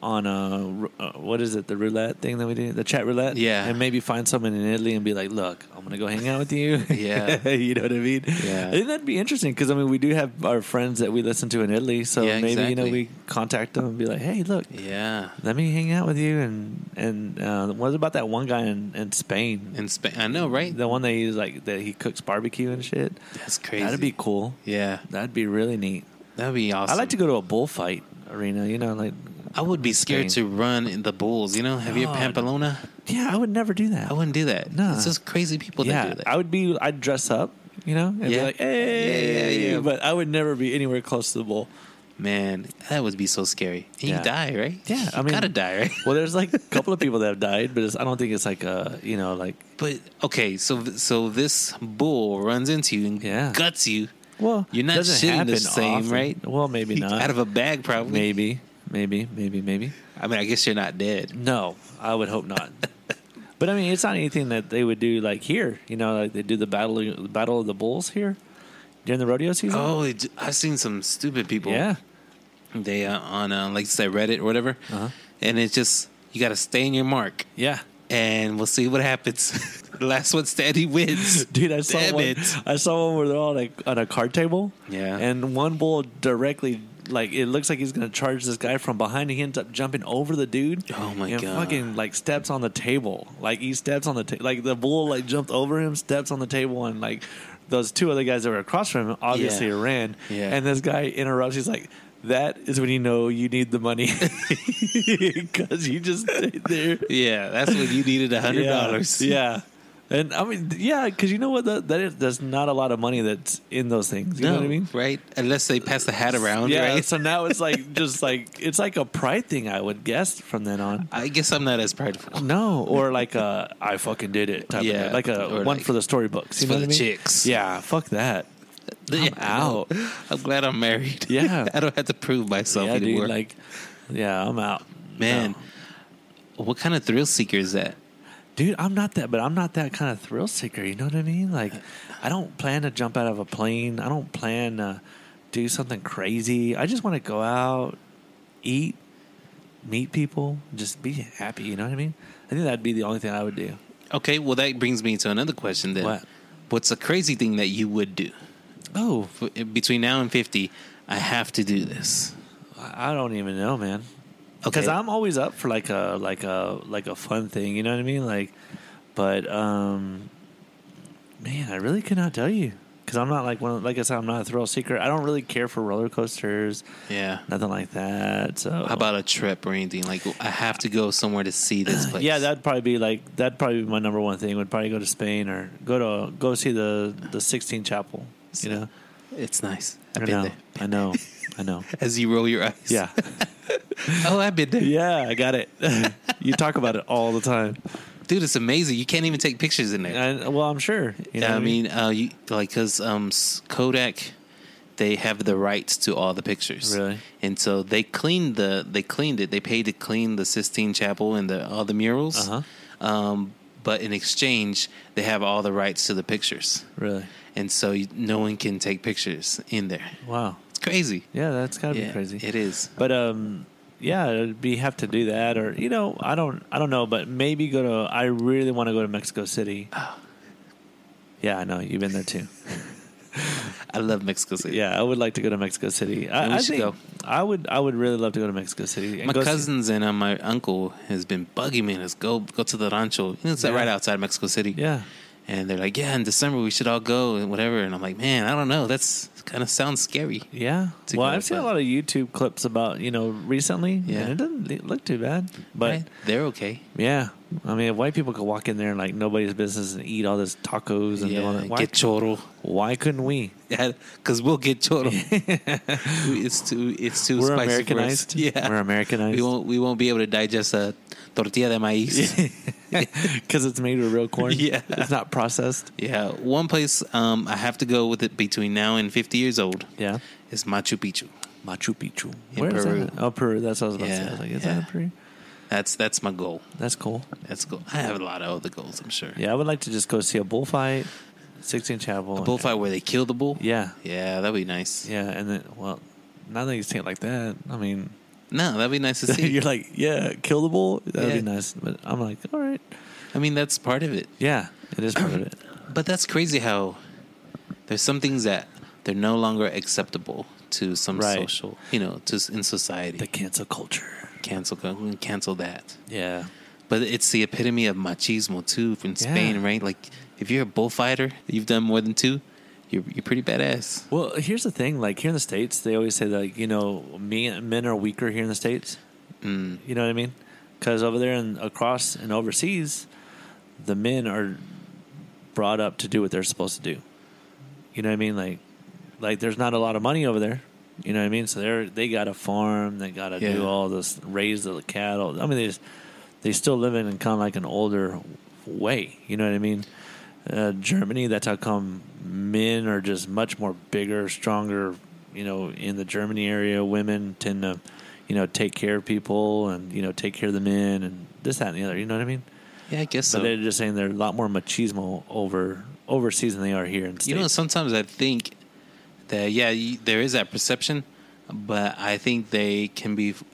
on uh, r- uh, what is it, the roulette thing that we do, the chat roulette,
Yeah.
and maybe find someone in Italy and be like, look, I'm gonna go hang out with you.
Yeah.
you know what I mean?
Yeah.
I think that'd be interesting because I mean we do have our friends that we listen to in Italy, so
Yeah,
maybe you know
exactly.
we contact them and be like, hey, look.
Yeah,
Let me hang out with you, and and uh, what about that one guy in, in Spain?
in Spain, I know, right?
the one that he's like that he cooks barbecue and shit.
That's crazy.
That'd be cool.
Yeah,
That'd be really neat.
that'd be awesome.
I like to go to a bullfight arena, you know, like
I would be scared
Spain.
to run in the bulls. You know, have you
No,
ever
I don't-
Pamplona?
yeah, I would never do that.
I wouldn't do that.
No.
it's just crazy people
yeah,
that do that.
I would be I'd dress up, you know, and be
Yeah.
like, "Hey."
Yeah, yeah, yeah.
But I would never be anywhere close to the bull.
Man, that would be so scary. And
Yeah.
You die, right?
Yeah, I
You
mean-
gotta die, right?
Well, there's like a couple of people that have died, but it's, I don't think it's like uh, you know, like
But okay, so so this bull runs into you and
Yeah.
guts you.
well,
You're not
doesn't
shitting the
happen
same,
often.
right?
Well, maybe not.
Out of a bag, probably.
maybe, maybe, maybe, maybe.
I mean, I guess you're not dead.
No, I would hope not. but I mean, it's not anything that they would do like here. You know, like they do the battle the battle of the bulls here during the rodeo season.
Oh, it, I've seen some stupid people.
yeah,
They uh, on uh, like you said Reddit or whatever,
Uh-huh.
and it's just you got to stay in your mark,
yeah.
and we'll see what happens. the last one standing wins.
Dude, I saw
Damn
one.
it.
I saw one where they're all like on a card table.
Yeah.
and one bull directly like it looks like he's gonna charge this guy from behind. He ends up jumping over the dude.
Oh, my
and
God.
Fucking like steps on the table. Like he steps on the ta- like the bull like jumped over him, steps on the table, and like those two other guys that were across from him obviously
Yeah.
ran.
Yeah.
and this guy interrupts. He's like. That is when you know you need the money because you just stayed there
Yeah, that's when you needed a hundred dollars.
yeah. yeah. And I mean, yeah, because you know what? That, that is, that's not a lot of money that's in those things. You
no,
know what I mean?
right? Unless they pass the hat around,
Yeah.
right?
So now it's like just like it's like a pride thing, I would guess, from then on.
I guess I'm not as prideful.
No, or like a I fucking did it type
Yeah,
of like a
or
one
like,
for the storybooks. You
for
know
the
what I mean?
chicks.
Yeah, fuck that.
I'm
out.
I'm glad I'm married.
Yeah.
I don't have to prove myself
yeah, dude.
anymore.
Like, yeah, I'm out.
Man,
No.
what kind of thrill seeker is that?
dude, I'm not that, but I'm not that kind of thrill seeker. You know what I mean? Like, I don't plan to jump out of a plane. I don't plan to do something crazy. I just want to go out, eat, meet people, just be happy. You know what I mean? I think that'd be the only thing I would do.
Okay, well that brings me to another question then.
What?
What's a crazy thing that you would do?
Oh,
F- Between now and 50, I have to do this.
I I don't even know, man.
Okay.
Because Oh, I'm always up for like a like a like a fun thing. You know what I mean? Like, but um, man, I really could not tell you. Because I'm not like one. of- Like I said, I'm not a thrill seeker. I don't really care for roller coasters.
Yeah.
nothing like that. So
How about a trip or anything? Like I have to go somewhere to see this place.
yeah, that'd probably be like that'd probably be my number one thing. Would probably go to Spain or go to go see the the Sixteen Chapel. You know,
It's nice. I've
I
been
know.
there.
I know. I know.
As you roll your eyes.
Yeah.
Oh, I've been there.
Yeah, I got it. you talk about it all the time.
Dude, it's amazing. You can't even take pictures in there.
And, well, I'm sure. You know
Yeah,
what
I mean, uh, you, like because um, s- Kodak, they have the rights to all the pictures,
Really?
and so they cleaned the they cleaned it. They paid to clean the Sistine Chapel and the all the murals,
Uh-huh.
um, but in exchange, they have all the rights to the pictures,
Really?
and so you, no one can take pictures in there.
Wow.
It's crazy.
Yeah, that's gotta be crazy.
It is.
But um, yeah, we have to do that, or you know, I don't, I don't know, but maybe go to. I really want to go to Mexico City.
Oh.
Yeah, I know you've been there too.
I love Mexico City.
Yeah, I would like to go to Mexico City. I,
We
I
should
think
go.
I would. I would really love to go to Mexico City. and
My
go see-
cousins and uh, my uncle has been bugging me. Let's go go to the rancho. It's
Yeah.
right outside Mexico City.
yeah,
And they're like, yeah, in December we should all go and whatever. And I'm like, man, I don't know. That's kind of sounds scary.
yeah.
To
Well,
go,
I've seen a
but-
lot of YouTube clips about you know recently,
Yeah.
and it doesn't l- look too bad.
But
But
they're okay.
yeah, I mean, if white people could walk in there and like nobody's business and eat all this tacos and do all
Yeah,
that, why,
get choro.
why couldn't we?
Yeah, because we'll get choro. We- it's too it's too
We're
spicy for us.
Americanized.
Yeah,
We're Americanized.
We won't we won't be able to digest a tortilla de maíz. Yeah.
because it's made with real corn.
Yeah.
it's not processed.
one place um, I have to go with it between now and 50 years old.
Yeah,
is Machu Picchu.
Machu Picchu.
In
Where is
Peru.
that? Oh, Peru. That's what I was about to say. I was
Yeah,
like, is
yeah.
that in Peru?
That's that's my goal.
That's cool.
That's cool. I have a lot of other goals. I'm sure.
Yeah, I would like to just go see a bullfight, sixteen chapel,
A bullfight where they kill the bull.
Yeah,
Yeah, that'd be nice.
yeah, and then well, now that you say it like that, I mean,
No, that'd be nice to see.
you're like, yeah, kill the bull. That'd
Yeah.
be nice. But I'm like, all right,
I mean, that's part of it.
yeah, it is part of it.
But that's crazy how there's some things that they're no longer acceptable to some
Right.
social, you know, to in society.
The cancel culture.
cancel, go- cancel that.
Yeah,
But it's the epitome of machismo too from
Yeah.
Spain, right? Like if you're a bullfighter, you've done more than two, you're you're pretty badass.
Well, here's the thing. Like here in the states, they always say that like, you know men men are weaker here in the states. Mm. You know what I mean? Because over there and across and overseas, the men are brought up to do what they're supposed to do. You know what I mean? Like like there's not a lot of money over there. You know what I mean? So they're they got a farm. They got to
Yeah.
do all this raise the cattle. I mean they just they still live in kind of like an older way. You know what I mean? Uh, Germany, that's how come men are just much more bigger, stronger. You know, in the Germany area, women tend to, you know, take care of people and you know take care of the men and this that and the other. You know what I mean?
Yeah, I guess
So
so.
they're just saying they're a lot more machismo over overseas than they are here in the
You know,
States.
sometimes I think that yeah, you, there is that perception, but I think they can be f-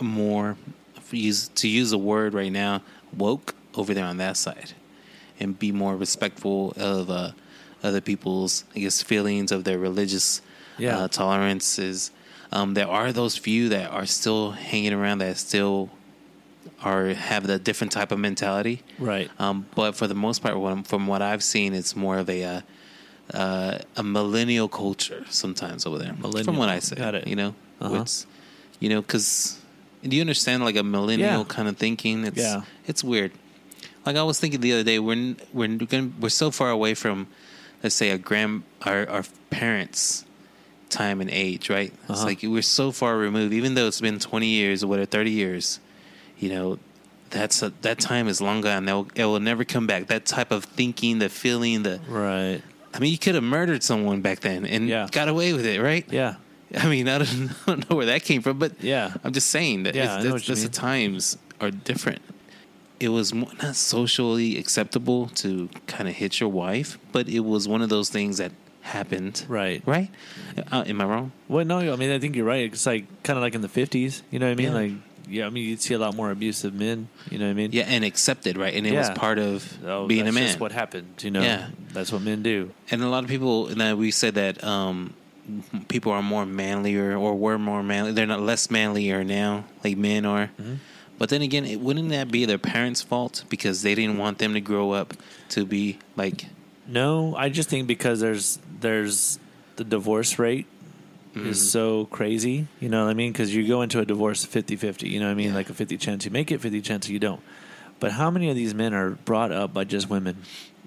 more if we use to use a word right now woke over there on that side, and be more respectful of uh, other people's I guess feelings of their religious
Yeah.
uh, tolerances. Um, there are those few that are still hanging around that still are have that different type of mentality.
right?
Um, but for the most part, what, I'm- from what I've seen, it's more of a uh, uh, a millennial culture sometimes over there.
Millennial.
From what I say,
Got it.
You know,
Uh-huh.
It's- you know, because do you understand like a millennial
Yeah.
kind of thinking? It's
Yeah.
it's weird. Like I was thinking the other day, we're n- we're n- gonna, we're so far away from, let's say, our grand our our parents' time and age, right? It's
Uh-huh.
like we're so far removed, even though it's been twenty years or whatever, thirty years you know that's a, that time is long gone They'll, it will never come back that type of thinking the feeling the
right.
i mean you could have murdered someone back then and
Yeah.
got away with it right
Yeah.
i mean I don't, I don't know where that came from but
Yeah.
i'm just saying that
Yeah, I
yeah,
know
that's,
what you
that's the
mean.
times are different it was mo- not socially acceptable to kind of hit your wife but it was one of those things that happened
Right.
right uh, am i wrong
Well, no, I mean, I think you're right. It's like kind of like in the 50s. You know what I mean?
Yeah.
Like, yeah, I mean, you'd see a lot more abusive men. You know what I mean?
yeah and accepted right and it was
Yeah.
part of
Oh,
being a
that's
man
just what happened. You know?
Yeah.
That's what men do.
and a lot of people and I- we said that um people are more manlier or were more manly they're not less manlier now like men are
Mm-hmm.
but then again it, wouldn't that be their parents fault because they didn't want them to grow up to be like
No, I just think because there's there's the divorce rate is so crazy. You know what I mean? Because you go into a divorce 50 50. You know what I mean?
Yeah.
Like a 50 chance you make it, 50 chance you don't. But how many of these men are brought up by just women?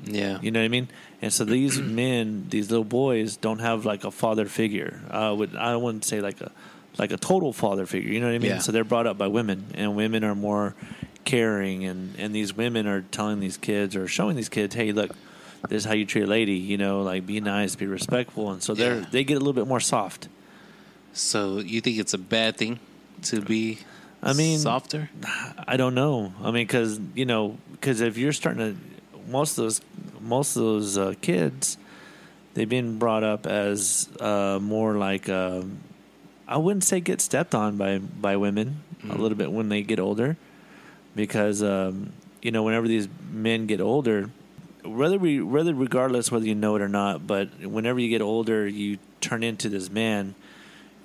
Yeah.
You know what I mean? And so these men, these little boys, don't have like a father figure. Uh, would I wouldn't say like a like a total father figure. You know what I mean?
Yeah.
So they're brought up by women, and women are more caring, and and these women are telling these kids or showing these kids, hey, look, this is how you treat a lady. You know, like be nice, be respectful, and so they're
Yeah.
they get a little bit more soft.
So you think it's a bad thing to be?
I mean-
softer.
I don't know. I mean, because you know, because if you're starting to, most of those, most of those uh, kids, they've been brought up as uh, more like, um I wouldn't say get stepped on by by women a little bit when they get older, because um, you know, whenever these men get older, whether we whether regardless whether you know it or not, but whenever you get older, you turn into this man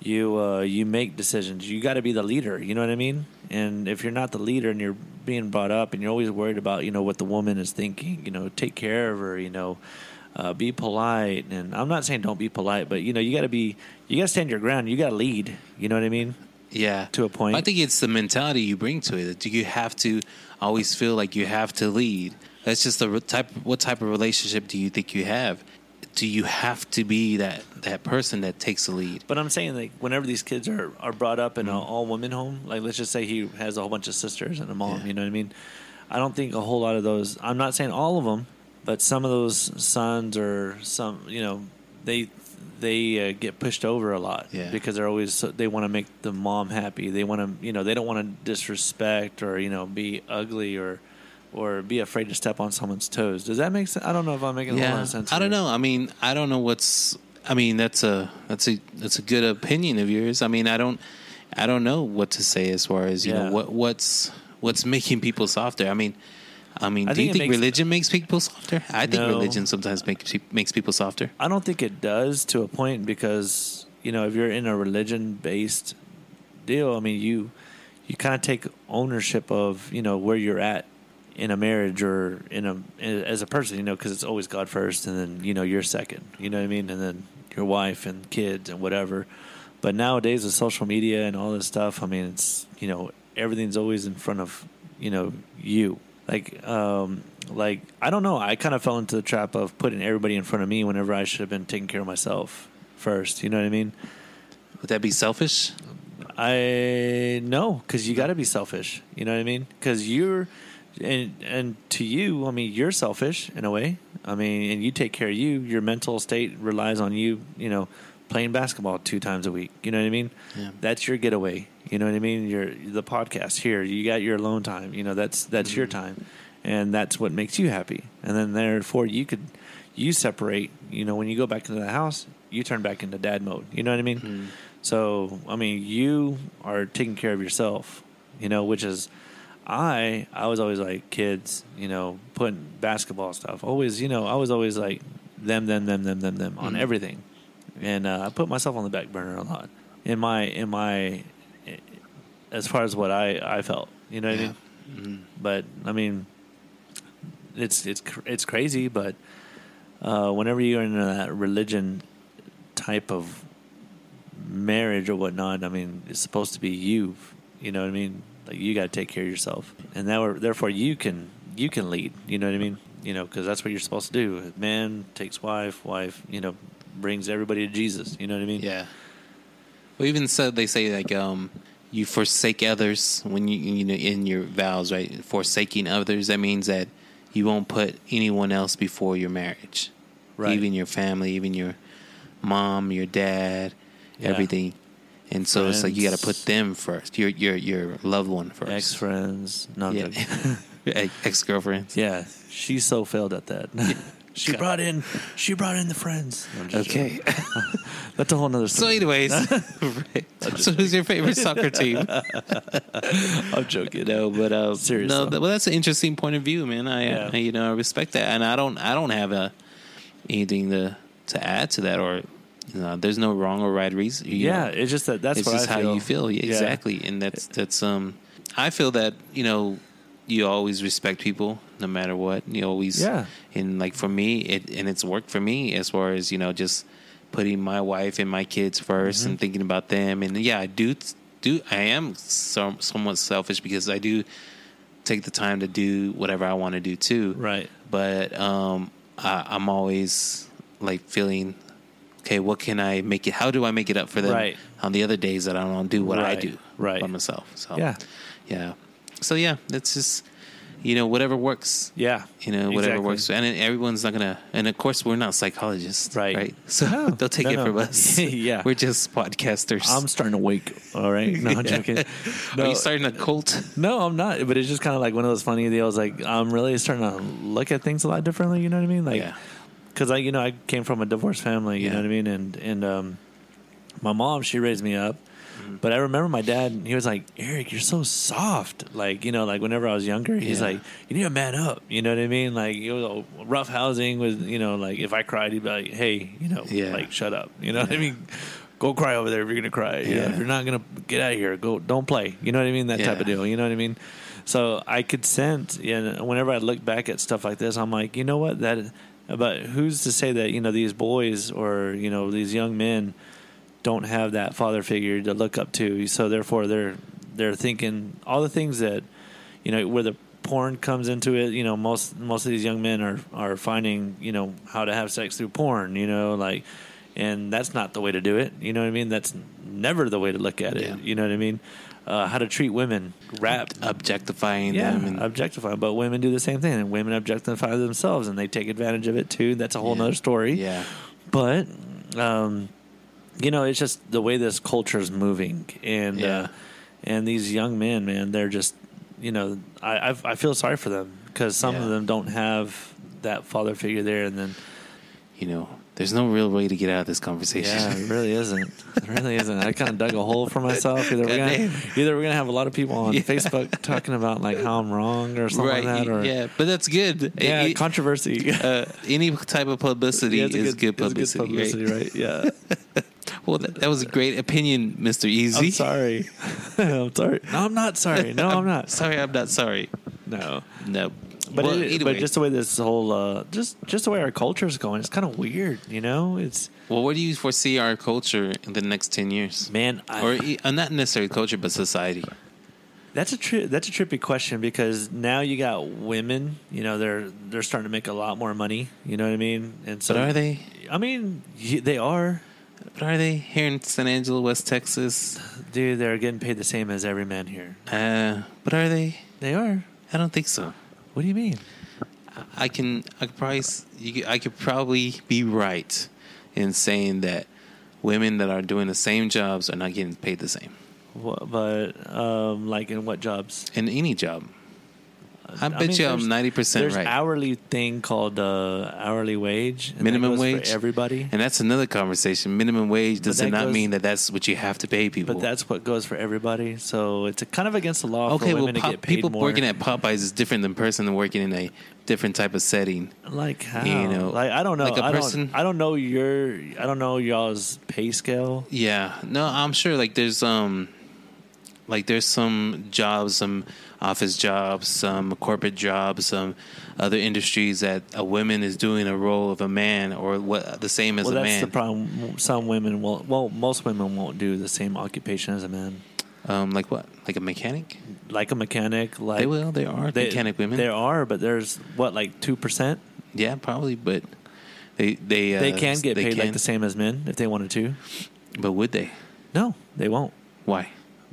you uh, you make decisions. You got to be the leader. You know what I mean? And if you're not the leader and you're being brought up and you're always worried about you know what the woman is thinking, you know, take care of her. You know, uh, be polite. And I'm not saying don't be polite, but you know you got to be you got to stand your ground. You got to lead. You know what I mean?
Yeah.
To a point.
I think it's the mentality you bring to it. Do you have to always feel like you have to lead? That's just the re- type. What type of relationship do you think you have? Do you have to be that that person that takes the lead?
But I'm saying like whenever these kids are, are brought up in a
Mm-hmm.
all woman home, like let's just say he has a whole bunch of sisters and a mom,
Yeah.
you know what I mean? I don't think a whole lot of those. I'm not saying all of them, but some of those sons or some, you know, they they uh, get pushed over a lot
Yeah.
because they're always so, they want to make the mom happy. They want to, you know, they don't want to disrespect or you know be ugly or or be afraid to step on someone's toes. Does that make sense? I don't know if I'm making a whole lot
Yeah.
of sense.
I don't
here.
know. I mean, I don't know what's. I mean, that's a that's a that's a good opinion of yours. I mean, I don't I don't know what to say as far as you
Yeah.
know what what's what's making people softer. I mean. I mean,
I
do
think
you
it
think
makes-
religion makes people softer? I think
No.
religion sometimes makes pe- makes people softer.
I don't think it does to a point because you know if you're in a religion based deal, I mean you you kind of take ownership of you know where you're at in a marriage or in a as a person, you know, because it's always God first, and then you know you're second, you know what I mean, and then your wife and kids and whatever. But nowadays with social media and all this stuff, I mean, it's you know everything's always in front of you know you like um like I don't know. I kind of fell into the trap of putting everybody in front of me whenever I should have been taking care of myself first. You know what I mean?
Would that be selfish?
I no, because you got to be selfish. You know what I mean? Because you're, and and to you, I mean, you're selfish in a way. I mean, and you take care of you. Your mental state relies on you. You know, playing basketball two times a week. You know what I mean?
Yeah.
That's your getaway. You know what I mean? Your the podcast here. You got your alone time. You know that's that's your time, and that's what makes you happy. And then therefore you could you separate. You know, when you go back into the house, you turn back into dad mode. You know what I mean? So, I mean, you are taking care of yourself, you know, which is I I was always like kids, you know, putting basketball stuff. Always, you know, I was always like them, them, them, them, them, them on
Mhm.
everything, and uh, I put myself on the back burner a lot in my in my eh, as far as what I I felt, you know what I
Yeah. Mm-hmm.
mean. But I mean, it's it's cr- it's crazy, but uh, whenever you're in that religion type of marriage or whatnot, I mean, it's supposed to be you. You know what I mean? Like you got to take care of yourself, and that were, therefore you can you can lead. You know what I mean? You know, because that's what you're supposed to do. Man takes wife, wife, you know, brings everybody to Jesus. You know what I mean?
Yeah. Well, even so, they say like um, you forsake others when you you know in your vows, right? Forsaking others that means that you won't put anyone else before your marriage,
Right.
Even your family, even your mom, your dad,
Yeah.
everything. And so it's like you got to put
Friends.
them first. Your your your loved one first.
Ex friends, not
yeah. Ex girlfriends.
yeah. She so failed at that. she
God.
brought in she brought in the friends. No, I'm just
Okay.
joking. that's a whole nother.
so,
story.
anyways, so who's your favorite soccer team?
I'm joking.
No, but uh,
Serious
No,
though.
th- well, that's an interesting point of view, man. I,
Yeah.
I you know I respect that, and I don't I don't have a anything to to add to that, or you know, there's no wrong or right reason. you
Yeah,
know.
it's just that that's
it's
what
just
I
how
feel.
you feel, yeah,
Yeah.
exactly, and that's that's um. I feel that you know you always respect people no matter what. You always
Yeah.
and like for me, it and it's worked for me as far as you know just putting my wife and my kids 1st
Mm-hmm.
and thinking about them. And yeah, I do do I am some, somewhat selfish because I do take the time to do whatever I want to do too.
Right.
But um, I, I'm always like feeling, okay, what can I make it? How do I make it up for them
Right.
on the other days that I don't do what I
Right,
do
right.
by myself? So
Yeah.
yeah. So yeah, it's just you know whatever works.
Yeah.
You know whatever
Exactly.
works, and then everyone's not gonna. And of course, we're not psychologists,
Right.
Right. So
No,
they'll take
no,
it
no.
from us.
Yeah.
we're just podcasters.
I'm starting to wake. All right. No, I'm joking. No,
Are you starting a cult?
no, I'm not. But it's just kind of like one of those funny deals. Like I'm really starting to look at things a lot differently. You know what I mean? Like,
Yeah.
because I, you know, I came from a divorced family. You
Yeah.
know what I mean? And and um, my mom she raised me up.
Mm-hmm.
But I remember my dad. He was like, "Eric, you're so soft." Like you know, like whenever I was younger, he's
Yeah.
like, "You need to man up." You know what I mean? Like it was all rough housing with you know, like if I cried, he'd be like, "Hey, you know,
Yeah.
like shut up." You know what I mean? Go cry over there if you're gonna cry. You know,
Yeah.
if you're not gonna get out of here, go don't play. You know what I mean? That type of
Yeah.
deal. You know what I mean? So I could sense, and whenever I look back at stuff like this, I'm like, you know what? That, but who's to say that you know these boys or you know these young men don't have that father figure to look up to? So therefore, they're they're thinking all the things that you know where the porn comes into it. You know, most most of these young men are are finding you know how to have sex through porn. You know, like, and that's not the way to do it. You know what I mean? That's never the way to look at it.
Yeah.
You know what I mean? Uh, how to treat women, rap,
Uh, objectifying
yeah,
them and
objectify. But women do the same thing, and women objectify themselves, and they take advantage of it too. That's a whole
Yeah.
nother story.
yeah
But, um, you know, it's just the way this culture is moving, and
Yeah.
uh, and these young men, man, they're just, you know, I I've, I feel sorry for them because some
Yeah.
of them don't have that father figure there, and then
you know there's no real way to get out of this conversation
yeah, it really isn't, it really isn't. I kind of dug a hole for myself. Either we're gonna,
Goddamn.
either we're gonna have a lot of people on
Yeah.
Facebook talking about like how I'm wrong or something
right
like that, or
yeah but that's good
yeah,
It-
controversy.
uh, any type of publicity
Yeah,
is
it's a
good,
it's a
publicity, right?
right? Yeah.
well that, that was a great opinion mr easy
I'm sorry. I'm sorry. No, I'm not sorry. No, I'm not.
sorry i'm not sorry
No.
no
But,
Well,
it-
anyway,
but just the way this whole uh, just just the way our culture is going, it's kind of weird, you know. It's
well where do you foresee our culture in the next 10 years
man, I,
or e- uh, not necessarily culture but society
That's a tri- that's a trippy question because now you got women. You know they're they're starting to make a lot more money. You know what I mean? And so
but are they
I mean, y- they are.
but are they here in san angelo west texas
Dude, they're getting paid the same as every man here.
uh, but are they
They are.
i don't think so
What do you mean?
I can I could probably s- you, could- I could probably be right in saying that women that are doing the same jobs are not getting paid the same
Wha- but um, like in what jobs?
in any job. I, bet
mean,
you I'm
there's-
ninety percent
There's
right,
hourly thing called uh, hourly wage, and that
Minimum
goes for
wage?
everybody.
and that's another conversation. Minimum wage does
that
it not
goes-
mean that that's what you have to pay people.
but that's what goes for everybody. So it's a kind of against the law
okay.
for
Well,
women to
pop,
get paid
people
more.
working at Popeyes is different than person working in a different type of setting.
like how?
you know,
like I don't know.
like a
I
person-
don't. I don't know your. I don't know y'all's pay scale.
Yeah, no, I'm sure. Like there's um, like there's some jobs, some office jobs, some corporate jobs, some other industries that a woman is doing a role of a man or what the same as a
Well, that's
man.
the problem. Some women will. Well, most women won't do the same occupation as a man.
Um, like what? Like a mechanic?
Like a mechanic. Like
They will. There are
they-
mechanic women.
There are, but there's what like two percent.
Yeah, probably, but they they uh,
they can get paid like
can.
the same as men if they wanted to.
But would they?
No, they won't
Why?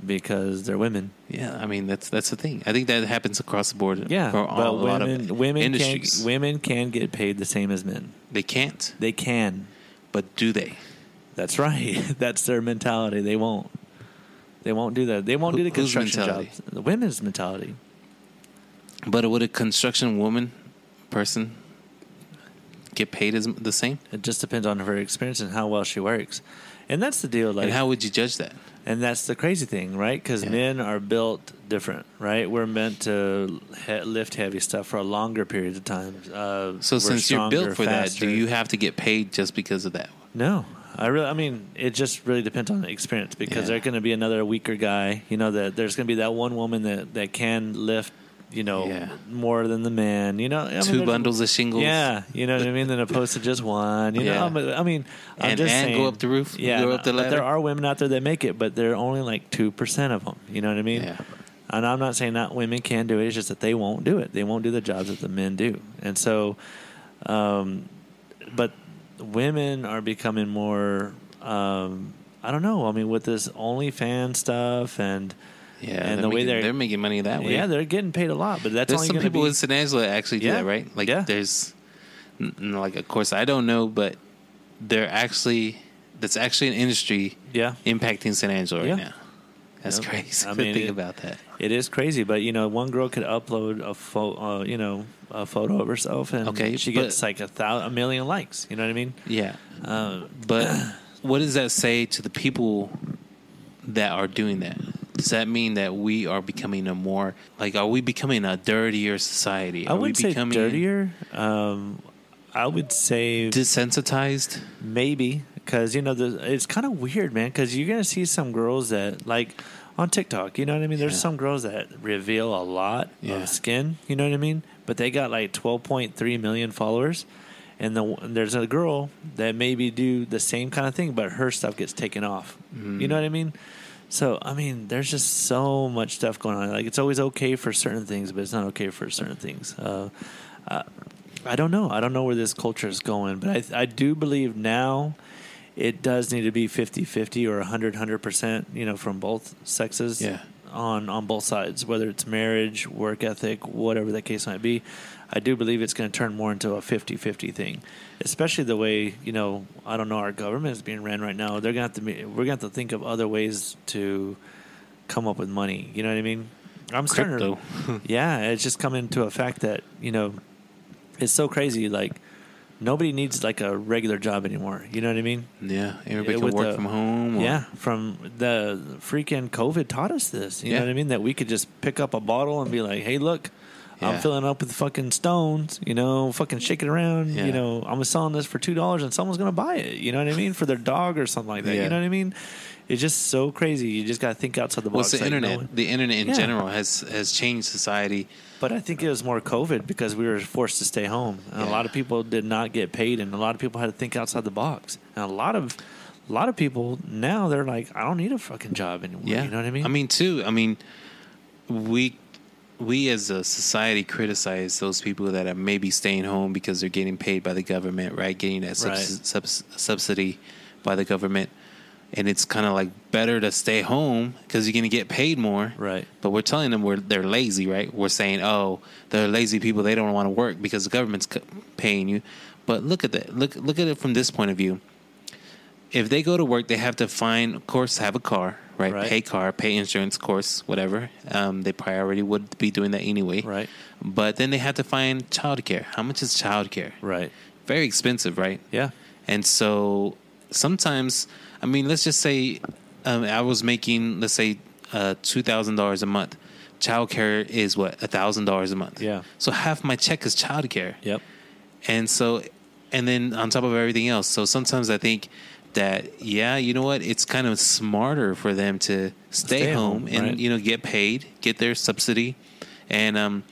because they're women.
Yeah, I mean that's that's the thing. I think that happens across the board.
Yeah,
for all,
but
a lot
women
of
women can
industries.
women can get paid the same as men.
They can't,
They can.
but do they?
That's right. That's their mentality. They won't. They won't do that. They won't
Who-
do the
whose
construction
mentality?
jobs. The women's mentality.
But would a construction woman person get paid as the same?
It just depends on her experience and how well she works. And that's the deal. Like
and how would you judge that?
And that's the crazy thing, right? Because
Yeah.
men are built different, right? We're meant to he- lift heavy stuff for a longer period of time. Uh,
So
we're
since you're
stronger,
built for
faster.
that, do you have to get paid just because of that?
No, I really. I mean, it just really depends on the experience because
Yeah.
there's going to be another weaker guy. You know that there's going to be that one woman that that can lift. You know
Yeah.
more than the man. You know I mean,
Two
there's-
bundles of shingles.
Yeah, you know what I mean. Than opposed to just one. You
Yeah.
know, I'm- I mean, I'm
And-
just
and go
saying-
up the roof,
Yeah,
go up the
but
ladder.
there are women out there that make it, but they're only like two percent of them. You know what I mean?
Yeah.
And I'm not saying that women can't do it. It's just that they won't do it. They won't do the jobs that the men do. And so, um, but women are becoming more. Um, I don't know. I mean, with this OnlyFans stuff and
Yeah,
and
they're
the way
making,
they're-
they're making money that way.
yeah, they're getting paid a lot. But that's
there's
only
some
gonna
people
be-
in San Angelo that actually do
Yeah.
that, right? Like
Yeah.
there's n- n- like of course I don't know, but they're actually that's actually an industry
yeah.
impacting San Angelo right
Yeah.
now. That's
Yep.
crazy.
I
I
mean,
think
it-
about that.
It is crazy, but you know, one girl could upload a photo, uh, you know, a photo of herself, and
Okay,
she
but-
gets like a thousand, a million likes. You know what I mean?
Yeah.
Uh,
But what does that say to the people that are doing that? Does that mean that we are becoming a more like are we becoming a dirtier society?
I
Are we
would say
becoming
dirtier. Um, I would say
desensitized?
maybe because you know the, it's kind of weird, man. Because you're gonna see some girls that like on TikTok. You know what I mean? There's
Yeah.
some girls that reveal a lot
Yeah.
of skin. You know what I mean? But they got like 12.3 million followers, and the and there's a girl that maybe do the same kind of thing, but her stuff gets taken off. You
Mm-hmm.
know what I mean? So I mean, there's just so much stuff going on. Like it's always okay for certain things, but it's not okay for certain things. Uh, I, I don't know. I don't know where this culture is going, but I I do believe now it does need to be 50-50 or 100 100%, you know, from both sexes
Yeah.
on on both sides, whether it's marriage, work ethic, whatever the case might be. I do believe it's going to turn more into a 50-50 thing, especially the way you know. I don't know our government is being ran right now. They're going to have to. be- We're going to have to think of other ways to come up with money. You know what I mean? I'm starting to-
Crypto.
yeah, it's just come into a fact that you know it's so crazy. Like nobody needs like a regular job anymore. You know what I mean?
yeah. Everybody
Yeah,
can
with
work
the-
from home. or-
Yeah, from the freaking COVID taught us this. You
Yeah.
know what I mean? That we could just pick up a bottle and be like, "Hey, look, I'm
Yeah.
filling up with fucking stones. You know, fucking shake it around.
Yeah.
You know, I'm selling this for two dollars, and someone's gonna buy it. You know what I mean? For their dog or something like that.
Yeah.
You know what I mean? It's just so crazy. You just gotta think outside the
Well,
box.
it's the
like, no
internet.
one-
the internet in
Yeah.
general has has changed society.
But I think it was more COVID because we were forced to stay home, and a
Yeah.
lot of people did not get paid, and a lot of people had to think outside the box, and a lot of, a lot of people now they're like, I don't need a fucking job anymore.
Yeah,
you know what I mean?
I mean, too. I mean, we we as a society criticize those people that are maybe staying home because they're getting paid by the government, right? Getting that subs-
Right.
subs- subsidy by the government, and it's kind of like better to stay home because you're going to get paid more,
Right.
But we're telling them we're they're lazy, right? We're saying, oh, they're lazy people. They don't want to work because the government's c- paying you. But look at that. Look look at it from this point of view if they go to work, they have to find, of course, have a car, right?
Right.
Pay car, pay insurance, of course, whatever. Um, they probably already would be doing that anyway.
Right.
But then they have to find childcare. How much is childcare?
right?
Very expensive, right?
Yeah,
And so sometimes, I mean, let's just say um, I was making, let's say, uh, $2,000 a month. Childcare is what, $1,000 a month?
Yeah.
So half my check is childcare
yep,
and so and then on top of everything else so sometimes i think that yeah you know what it's kind of smarter for them to stay,
Stay
home,
home,
and
right.
you know get paid get their subsidy and um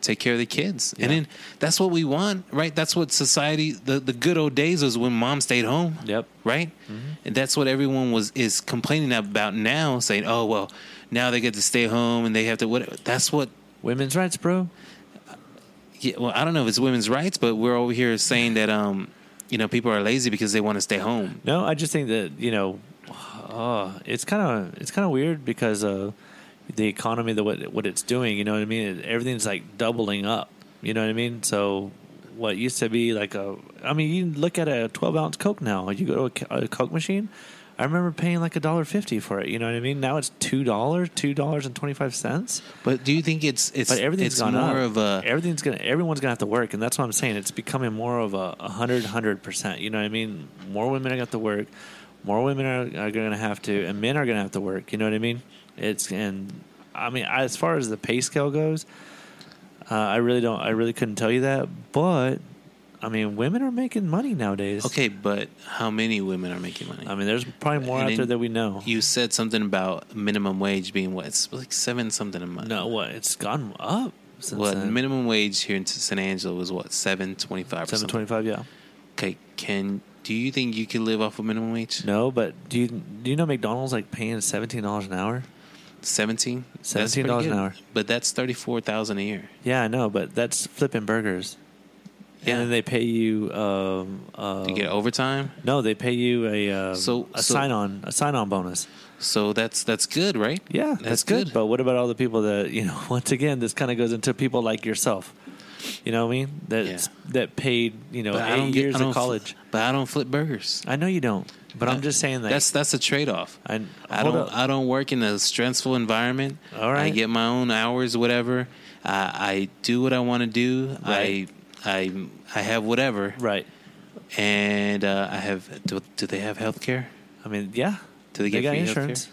take care of the kids and
Yeah.
then that's what we want right that's what society the, the good old days was when mom stayed home
Yep. Mm-hmm.
right and that's what everyone was is complaining about now saying oh well now they get to stay home and they have to what that's what
women's rights, bro.
yeah, well, I don't know if it's women's rights, but we're over here saying that um, you know, people are lazy because they want to stay home.
No, I just think that you know, uh, it's kind of it's kind of weird because uh, the economy, the what what it's doing, you know what I mean. Everything's like doubling up. You know what I mean. So what used to be like a, I mean, you look at a twelve ounce Coke now. You go to a, co- a Coke machine. I remember paying like a dollar fifty for it. You know what I mean. Now it's two dollars, two dollars and twenty five cents.
But do you think it's it's
But everything's
it's
gone
more
up.
of a
everything's gonna everyone's gonna have to work, and that's what I'm saying. It's becoming more of a a hundred hundred percent. You know what I mean? More women are gonna have to work. More women are, are gonna have to, and men are gonna have to work. You know what I mean? It's and I mean as far as the pay scale goes, uh, I really don't. I really couldn't tell you that, but I mean, women are making money nowadays.
okay? But how many women are making money?
I mean, there's probably more
And
out
then
there that we know.
you said something about minimum wage being what it's like seven something a month.
no, what? It's gone up since
what
then.
minimum wage here in San Angelo was what seven twenty five or
seven
something?
twenty five. Yeah.
Okay, can do you think you can live off of minimum wage?
No, but do you do you know McDonald's like paying seventeen dollars an hour?
seventeen. That's pretty
$17 an
good.
hour.
But that's thirty four thousand a year.
Yeah, I know, but that's flipping burgers.
Yeah.
And then they pay you. Um, uh,
You get overtime,
no, they pay you a uh,
So-
a
so-
sign on a sign on bonus.
so that's that's good, right?
Yeah,
that's, good.
But what about all the people that you know? Once again, this kind of goes into people like yourself. You know what I mean? That that paid you know
But
eight
get-
years
don't
of
fl-
college.
but I don't flip burgers.
I know you don't, but I'm
Uh,
just saying that.
That's that's a trade off.
I,
I
hold
don't.
up.
I don't work in a stressful environment.
All right.
I get my own hours, whatever. I, I do what I want to do.
Right.
I, I, I have whatever.
right.
And uh, I have. Do, do they have health care?
I mean, yeah.
Do they get
got
free healthcare?
insurance?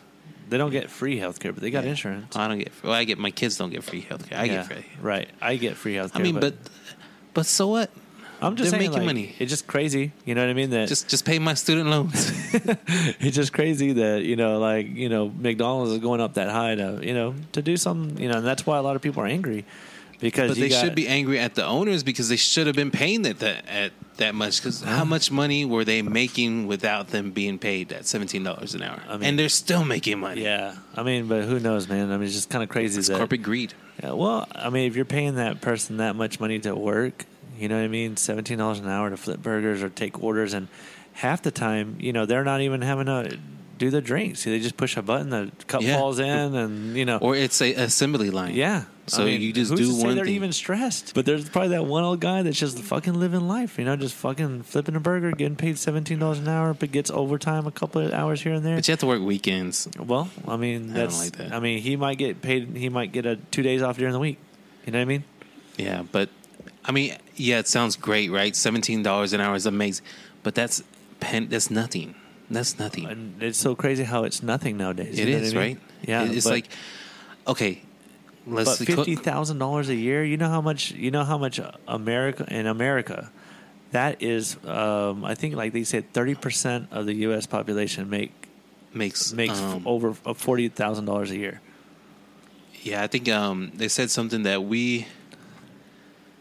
They don't get free healthcare, but they got insurance.
I don't get. Well, I get. My kids don't get free health care. I
yeah,
get free.
right. I get free healthcare.
I mean, but, but so what?
I'm just
they're
saying,
making
like,
money.
It's just crazy. You know what I mean? That
Just just pay my student loans.
it's just crazy that you know, like you know, McDonald's is going up that high to you know to do something. You know, and that's why a lot of people are angry because
but
you
they
got-
should be angry at the owners because they should have been paying that that at that much. Because
Uh-huh.
how much money were they making without them being paid that seventeen dollars an hour?
I mean-
and they're still making money.
Yeah, I mean, but who knows, man? I mean, it's just kind of crazy
It's
that.
corporate greed.
Yeah, well, I mean, if you're paying that person that much money to work, you know what I mean? Seventeen dollars an hour to flip burgers or take orders, and half the time, you know, they're not even having to do the drinks. They just push a button, the cup
Yeah.
falls in, and you know,
Or it's a assembly line.
yeah.
So you just
who's
do
to say
one
they're
thing.
even stressed. But there's probably that one old guy that's just fucking living life, you know, just fucking flipping a burger, getting paid seventeen dollars an hour, but gets overtime a couple of hours here and there.
But you have to work weekends.
Well, I mean,
don't
that's. I,
like that.
mean, he might get paid. He might get a two days off during the week. You know what I mean?
Yeah, but I mean, yeah, it sounds great, right? Seventeen dollars an hour is amazing, but that's pen. That's nothing. That's nothing.
And it's so crazy how it's nothing nowadays. you
It
know what
is
I mean?
right.
Yeah,
It- it's
but-
like okay.
but
Let's
fifty thousand dollars a year. You know how much? You know how much uh, America in America. That is, um, I think, like they said, thirty percent of the U.S. population make
makes
makes
um,
over uh, forty thousand dollars a year.
Yeah, I think um, they said something that we,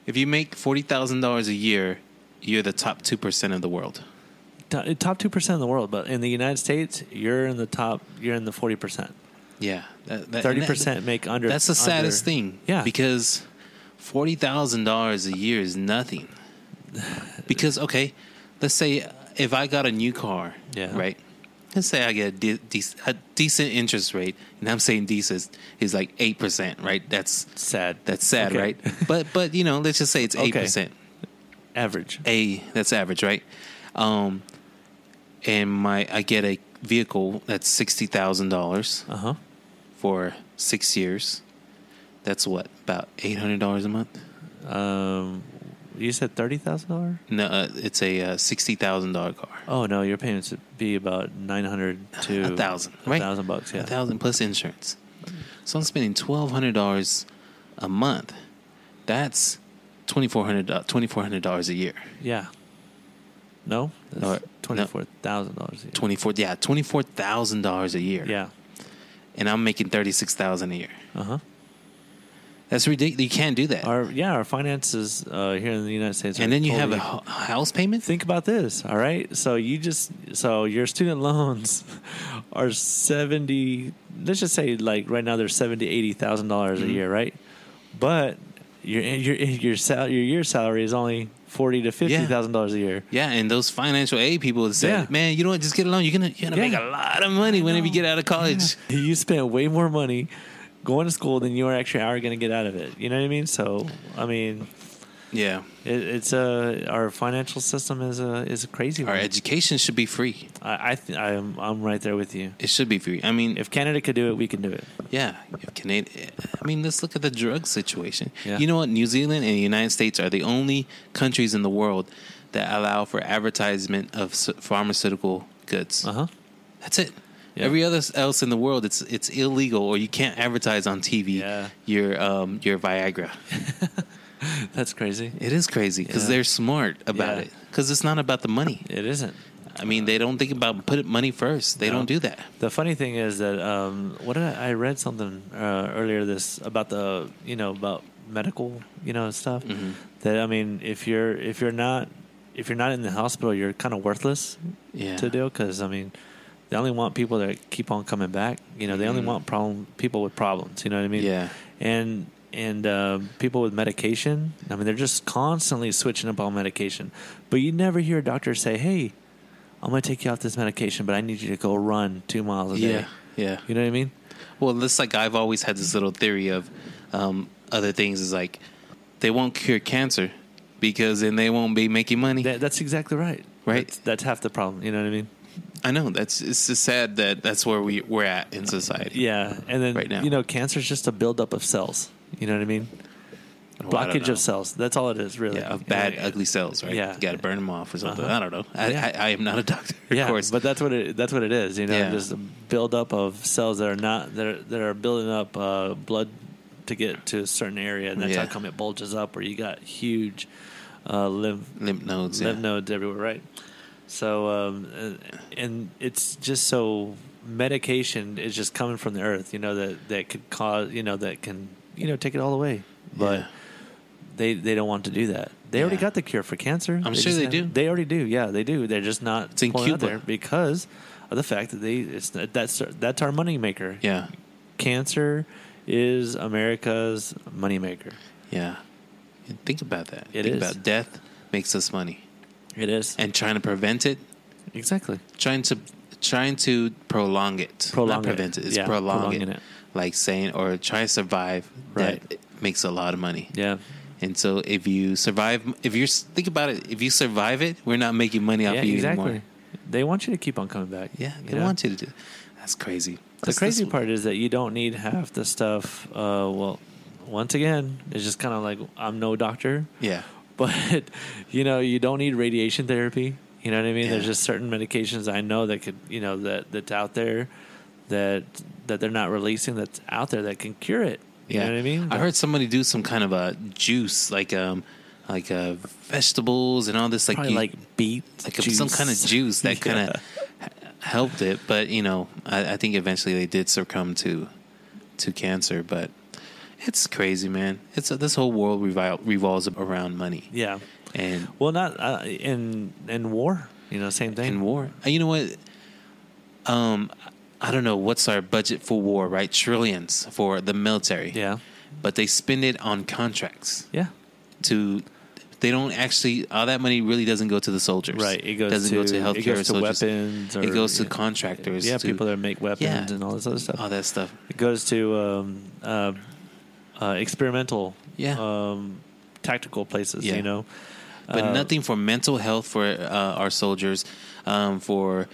if you make forty thousand dollars a year, you're the top two percent of the world.
To- Top two percent of the world, but in the United States, you're in the top. You're in the forty percent.
Yeah, that- that-
Thirty percent make under.
That's the saddest
under-
thing.
Yeah.
because forty thousand dollars a year is nothing. Because okay, let's say if I got a new car,
Yeah.
right. Let's say I get a, de- dec- a decent interest rate, and I'm saying decent is like eight percent, right? That's
Sad.
that's sad,
Okay.
right? But but you know, let's just say it's
Okay.
eight percent.
average.
a that's average, right? Um, and my I get a vehicle that's sixty thousand dollars
Uh huh.
for six years. That's what about eight hundred dollars a month?
Um, you said thirty thousand dollar.
No, uh, it's a uh, sixty thousand dollar car.
Oh no, your payments would be about nine hundred to
a thousand,
a
right?
thousand bucks. Yeah,
a thousand plus insurance. So I'm spending twelve hundred dollars a month. That's twenty four hundred twenty four hundred dollars a year.
yeah. No, that's
No, no.
twenty-four thousand dollars.
Twenty four, yeah, twenty four thousand dollars a year.
Yeah.
and I'm making thirty six thousand a year.
Uh huh.
That's ridiculous. You can't do that.
Our yeah, our finances uh, here in the United States.
and
are
then you have a
totally-
ho- house payment.
Think about this, all right? So you just so your student loans are seventy. Let's just say like right now they're seventy, eighty thousand dollars
Mm-hmm.
a year, right? But your your your sal- your year salary is only forty to fifty thousand dollars a year.
Yeah, and those financial aid people say,
Yeah.
"Man, you know what? Just get a loan. You're gonna you're gonna
Yeah.
make a lot of money whenever you get out of college."
You spent way more money going to school than you are actually are going to get out of it. You know what I mean? So I mean,
Yeah,
it, it's a our financial system is a is a crazy
our
one.
education should be free.
I I th- I'm I'm right there with you.
It should be free. I mean, if
If Canada could do it, we can do it.
yeah, if Canada. I mean, let's look at the drug situation.
Yeah.
You know what? New Zealand and the United States are the only countries in the world that allow for advertisement of s- pharmaceutical goods.
Uh huh.
That's it.
Yeah.
Every other else in the world, it's it's illegal, or you can't advertise on TV
Yeah.
your um your Viagra.
That's crazy.
It is crazy because
Yeah.
they're smart about
Yeah.
it. Because it's not about the money.
It isn't.
I mean, they don't think about put money first. They
No.
don't do that.
The funny thing is that um, what did I, I read something uh, earlier this about the you know about medical you know stuff
Mhm.
that I mean if you're if you're not if you're not in the hospital you're kind of worthless
Yeah.
to do because I mean They only want people that keep on coming back. You know, they only
Mhm.
want problem people with problems. You know what I mean?
Yeah.
And and uh, people with medication. I mean, they're just constantly switching up on medication. But you never hear a doctor say, "Hey, I'm going to take you off this medication, but I need you to go run two miles a
Yeah.
day."
Yeah.
You know what I mean?
Well, that's like I've always had this little theory of um, other things is like they won't cure cancer because then they won't be making money.
That, that's exactly right.
Right.
That's, that's half the problem. You know what I mean?
I know that's it's just sad that that's where we we're at in society.
Yeah. And then
Right now.
you know, cancer is just a buildup of cells. You know what I mean?
Well, I don't
Blockage
know.
of cells. That's all it is, really.
Yeah, of bad,
You know,
ugly cells, right?
Yeah.
you got to burn them off or something.
Uh-huh.
I don't know. I,
Yeah.
I, I am not a doctor, of
yeah,
course.
but that's what it that's what it is. You know,
Yeah.
just a buildup of cells that are not that are, that are building up uh, blood to get to a certain area, and that's
Yeah.
how come it bulges up, or you got huge uh, lymph
lymph nodes,
lymph
yeah.
nodes everywhere, right? So, um, and- and it's just so medication is just coming from the earth, you know that that could cause, you know that can, you know, take it all away. But
Yeah.
they they don't want to do that. They already
Yeah.
got the cure for cancer.
I'm sure
just
they
haven't-
do.
They already do. Yeah, they do. They're just not
It's in
pulling it out
Cuba.
there because of the fact that they it's that's that's our moneymaker.
yeah,
cancer is America's moneymaker.
yeah. And think about that.
It
think
is.
about death makes us money,
It is
and trying to prevent it,
exactly.
trying to trying to prolong it,
Prolong
not
it.
prevent it. It's
Yeah,
prolong
prolonging
it.
it.
like saying or try to survive.
Right.
That it makes a lot of money.
Yeah.
And so if you survive, if you're think about it, if you survive it, we're not making money off
yeah,
of you
exactly.
anymore.
They want you to keep on coming back.
Yeah,
you
they
know?
want you to do. That's crazy.
The
That's-
crazy
that's-
part is that you don't need half the stuff. Uh, well, once again, it's just kind of like I'm no doctor,
Yeah,
but you know, you don't need radiation therapy. You know what I mean?
Yeah.
There's just certain medications I know that could, you know, that that's out there that that they're not releasing that's out there that can cure it. You
yeah.
know what I mean?
I heard somebody do some kind of a juice, like um, like uh, vegetables and all this, like
probably
you-
like beet,
like some kind of juice that kind of helped it. But you know, I, I think eventually they did succumb to to cancer. But it's crazy, man. It's this whole world revol- revolves around money
yeah.
and
Well, not uh, in in war. You know, same thing.
and war. And you know what? Um, I don't know what's our budget for war, right? Trillions for the military.
Yeah.
but they spend it on contracts
Yeah.
to they don't actually all that money really doesn't go to the soldiers
Right. It goes
doesn't
to,
go to healthcare
it goes to
soldiers.
weapons. Or,
it goes to
yeah.
contractors
Yeah,
to
people that make weapons
Yeah.
and all this other stuff.
all that stuff
It goes to um, uh, uh, experimental,
Yeah.
um, tactical places.
Yeah.
You know,
but
Uh,
nothing for mental health for uh, our soldiers um, for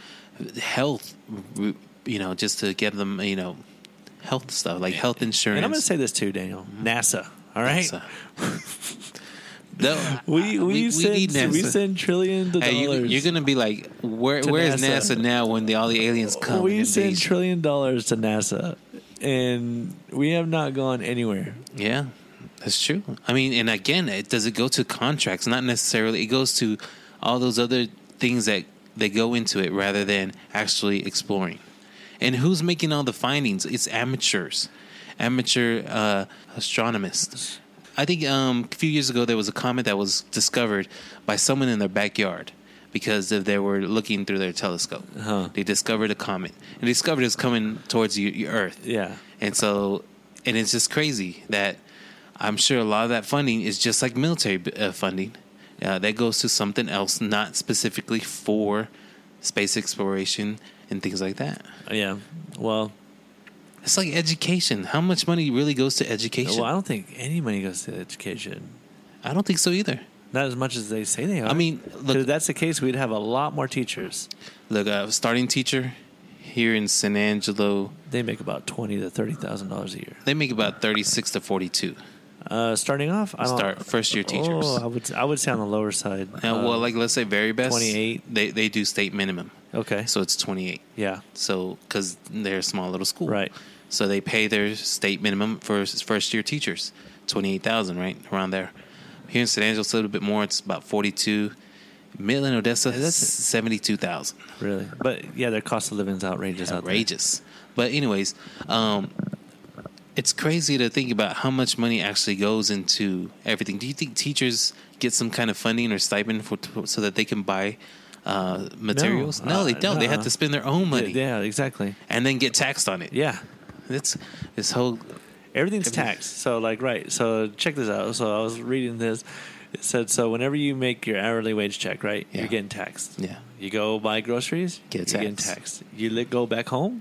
health you know just to give them you know health stuff like health insurance
And I'm going to say this too, Daniel.
Mm-hmm.
NASA. All right.
So- No,
We, we, send,
need
we
NASA.
send trillions of
Hey, you,
dollars.
you're gonna be like, where
To
where is
NASA.
NASA now when the, all the aliens come?
we
and
send
invade?
trillion dollars to NASA, and we have not gone anywhere.
Yeah, that's true. I mean, and again, it does it go to contracts? Not necessarily. It goes to all those other things that they go into it rather than actually exploring. And who's making all the findings? It's amateurs, amateur uh, astronomists. I think um, a few years ago there was a comet that was discovered by someone in their backyard because if they were looking through their telescope.
Huh.
They discovered a comet and they discovered it's coming towards your, your Earth.
Yeah.
And so, and it's just crazy that I'm sure a lot of that funding is just like military uh, funding uh, that goes to something else, not specifically for space exploration and things like that.
Yeah. Well,
It's like education. How much money really goes to education?
well, I don't think any money goes to education.
I don't think so either.
Not as much as they say they are.
I mean,
'Cause
look,
if that's the case, we'd have a lot more teachers.
look, uh, starting teacher here in San Angelo,
They make about twenty to thirty thousand dollars a year.
they make about thirty-six to forty-two.
Uh, starting off, I don't,
Start first-year teachers.
Oh, I would I would say on the lower side.
Now,
Uh,
well, like let's say very best,
28.
They they do state minimum,
okay,
so it's twenty-eight.
yeah,
So, because they're a small little school,
Right.
So they pay their state minimum for first year teachers, twenty eight thousand, right around there. Here in San Angelo, it's a little bit more. It's about forty two. Midland, Odessa,
that's-
seventy two thousand.
really. But yeah, their cost of living is outrageous. out there.
Outrageous. But anyways, um, it's crazy to think about how much money actually goes into everything. Do you think teachers get some kind of funding or stipend for so that they can buy uh, materials? No,
uh,
they don't. They have
nuh-uh.
to spend their own money
Yeah, exactly.
and then get taxed on it.
Yeah.
It's this whole
Everything's
Everything-
taxed. So, like, right. So, check this out. So, I was reading this. It said, so whenever you make your hourly wage check, right,
Yeah.
you're getting taxed.
Yeah.
You go buy groceries,
Get
you're getting
taxed.
taxed. You li- go back home,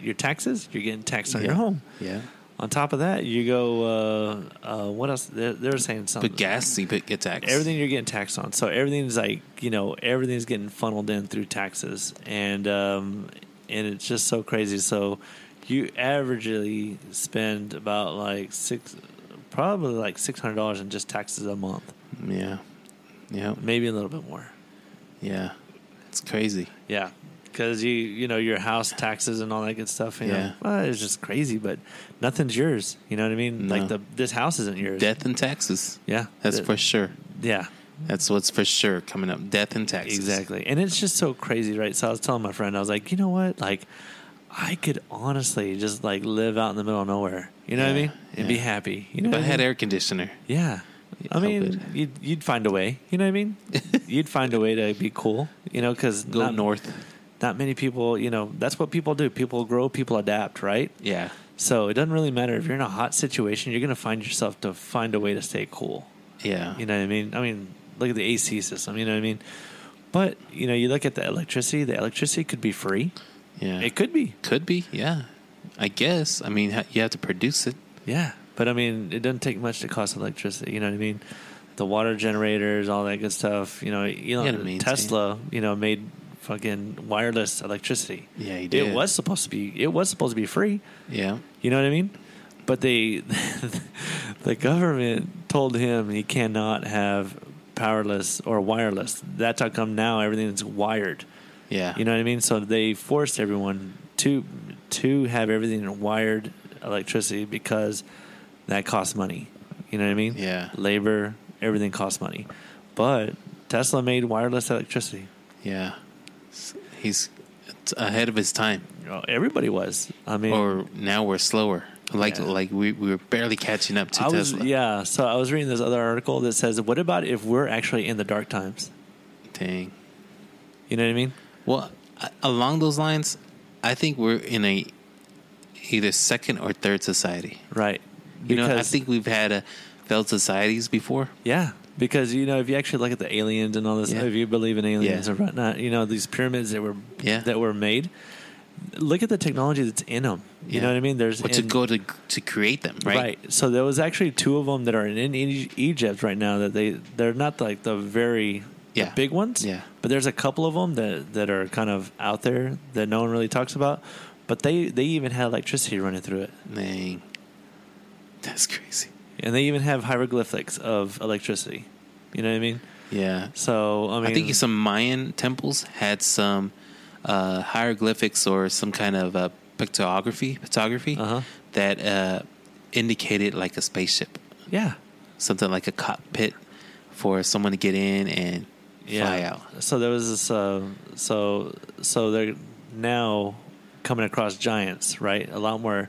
your taxes, you're getting taxed on
yeah.
your home.
Yeah.
On top of that, you go, uh, uh, what else? They're, they're saying something.
But gas, you put- get taxed.
Everything you're getting taxed on. So everything's like, you know, everything's getting funneled in through taxes. And um and it's just so crazy. So you averagely spend about like six probably like six hundred dollars in just taxes a month.
Yeah. Yeah.
Maybe a little bit more.
Yeah. It's crazy.
Yeah. Cause you you know, your house taxes and all that good stuff, you
Yeah.
know. Well, it's just crazy, but nothing's yours. You know what I mean?
No.
Like the this house isn't yours.
Death and taxes.
Yeah.
That's
Th-
for sure.
yeah.
That's what's for sure coming up. Death and taxes.
Exactly. And it's just so crazy, right? So I was telling my friend, I was like, you know what? Like, I could honestly just like live out in the middle of nowhere. You know what I
Yeah,
mean? And be
yeah.
happy. You know
If I
what I
had
mean?
air conditioner,
yeah. I
I
mean,
would.
you'd, you'd find a way. You know what I mean? you'd find a way to be cool, you know, because
go
not,
north.
not many people, you know, that's what people do. People grow, people adapt, right?
Yeah.
So it doesn't really matter if you're in a hot situation, you're going to find yourself to find a way to stay cool.
Yeah.
You know what I mean? I mean, look at the AC system. You know what I mean? But you know, you look at the electricity. The electricity could be free.
yeah.
It could be.
Could be, yeah. I guess. I mean, ha- you have to produce it.
Yeah. But I mean, it doesn't take much to cost electricity. You know what I mean? The water generators, all that good stuff. You know,
gotta
Elon
maintain.
Tesla. You know, made fucking wireless electricity.
Yeah, he
It
did.
was supposed to be. It was supposed to be free.
Yeah.
You know what I mean? But they, the government told him he cannot have powerless or wireless. That's how come now everything's wired.
Yeah.
You know what I mean? So they forced everyone to to have everything in wired electricity because that costs money. You know what I mean?
Yeah.
Labor, everything costs money. But Tesla made wireless electricity.
Yeah. S- He's t- ahead of his time.
Everybody was. I mean,
Or now we're slower. Like
Yeah.
like we, we were barely catching up to
I was,
Tesla.
yeah. So I was reading this other article that says, "What about if we're actually in the dark times?"
Dang.
You know what I mean?
Well, a- along those lines, I think we're in a either second or third society.
Right.
You know, I think we've had a failed societies before.
yeah, because you know, if you actually look at the aliens and all this,
Yeah.
if you believe in aliens
Yeah.
or whatnot, you know, these pyramids that were
Yeah.
that were made. Look at the technology that's in them. You
Yeah.
know what I mean? There's
But to
and-
go to to create them, right?
Right. So there was actually two of them that are in, in E- Egypt right now that they they're not like the very the
Yeah.
big ones.
Yeah.
But there's a couple of them that that are kind of out there that no one really talks about. But they they even had electricity running through it,
Dang. That's crazy.
and they even have hieroglyphics of electricity. You know what I mean?
Yeah.
So I mean,
I think some Mayan temples had some uh, hieroglyphics or some kind of uh, pictography, photography
Uh-huh.
that uh, indicated like a spaceship,
yeah,
something like a cockpit for someone to get in and
yeah.
fly out.
So there was this. Uh, so so they're now coming across giants, right? A lot more.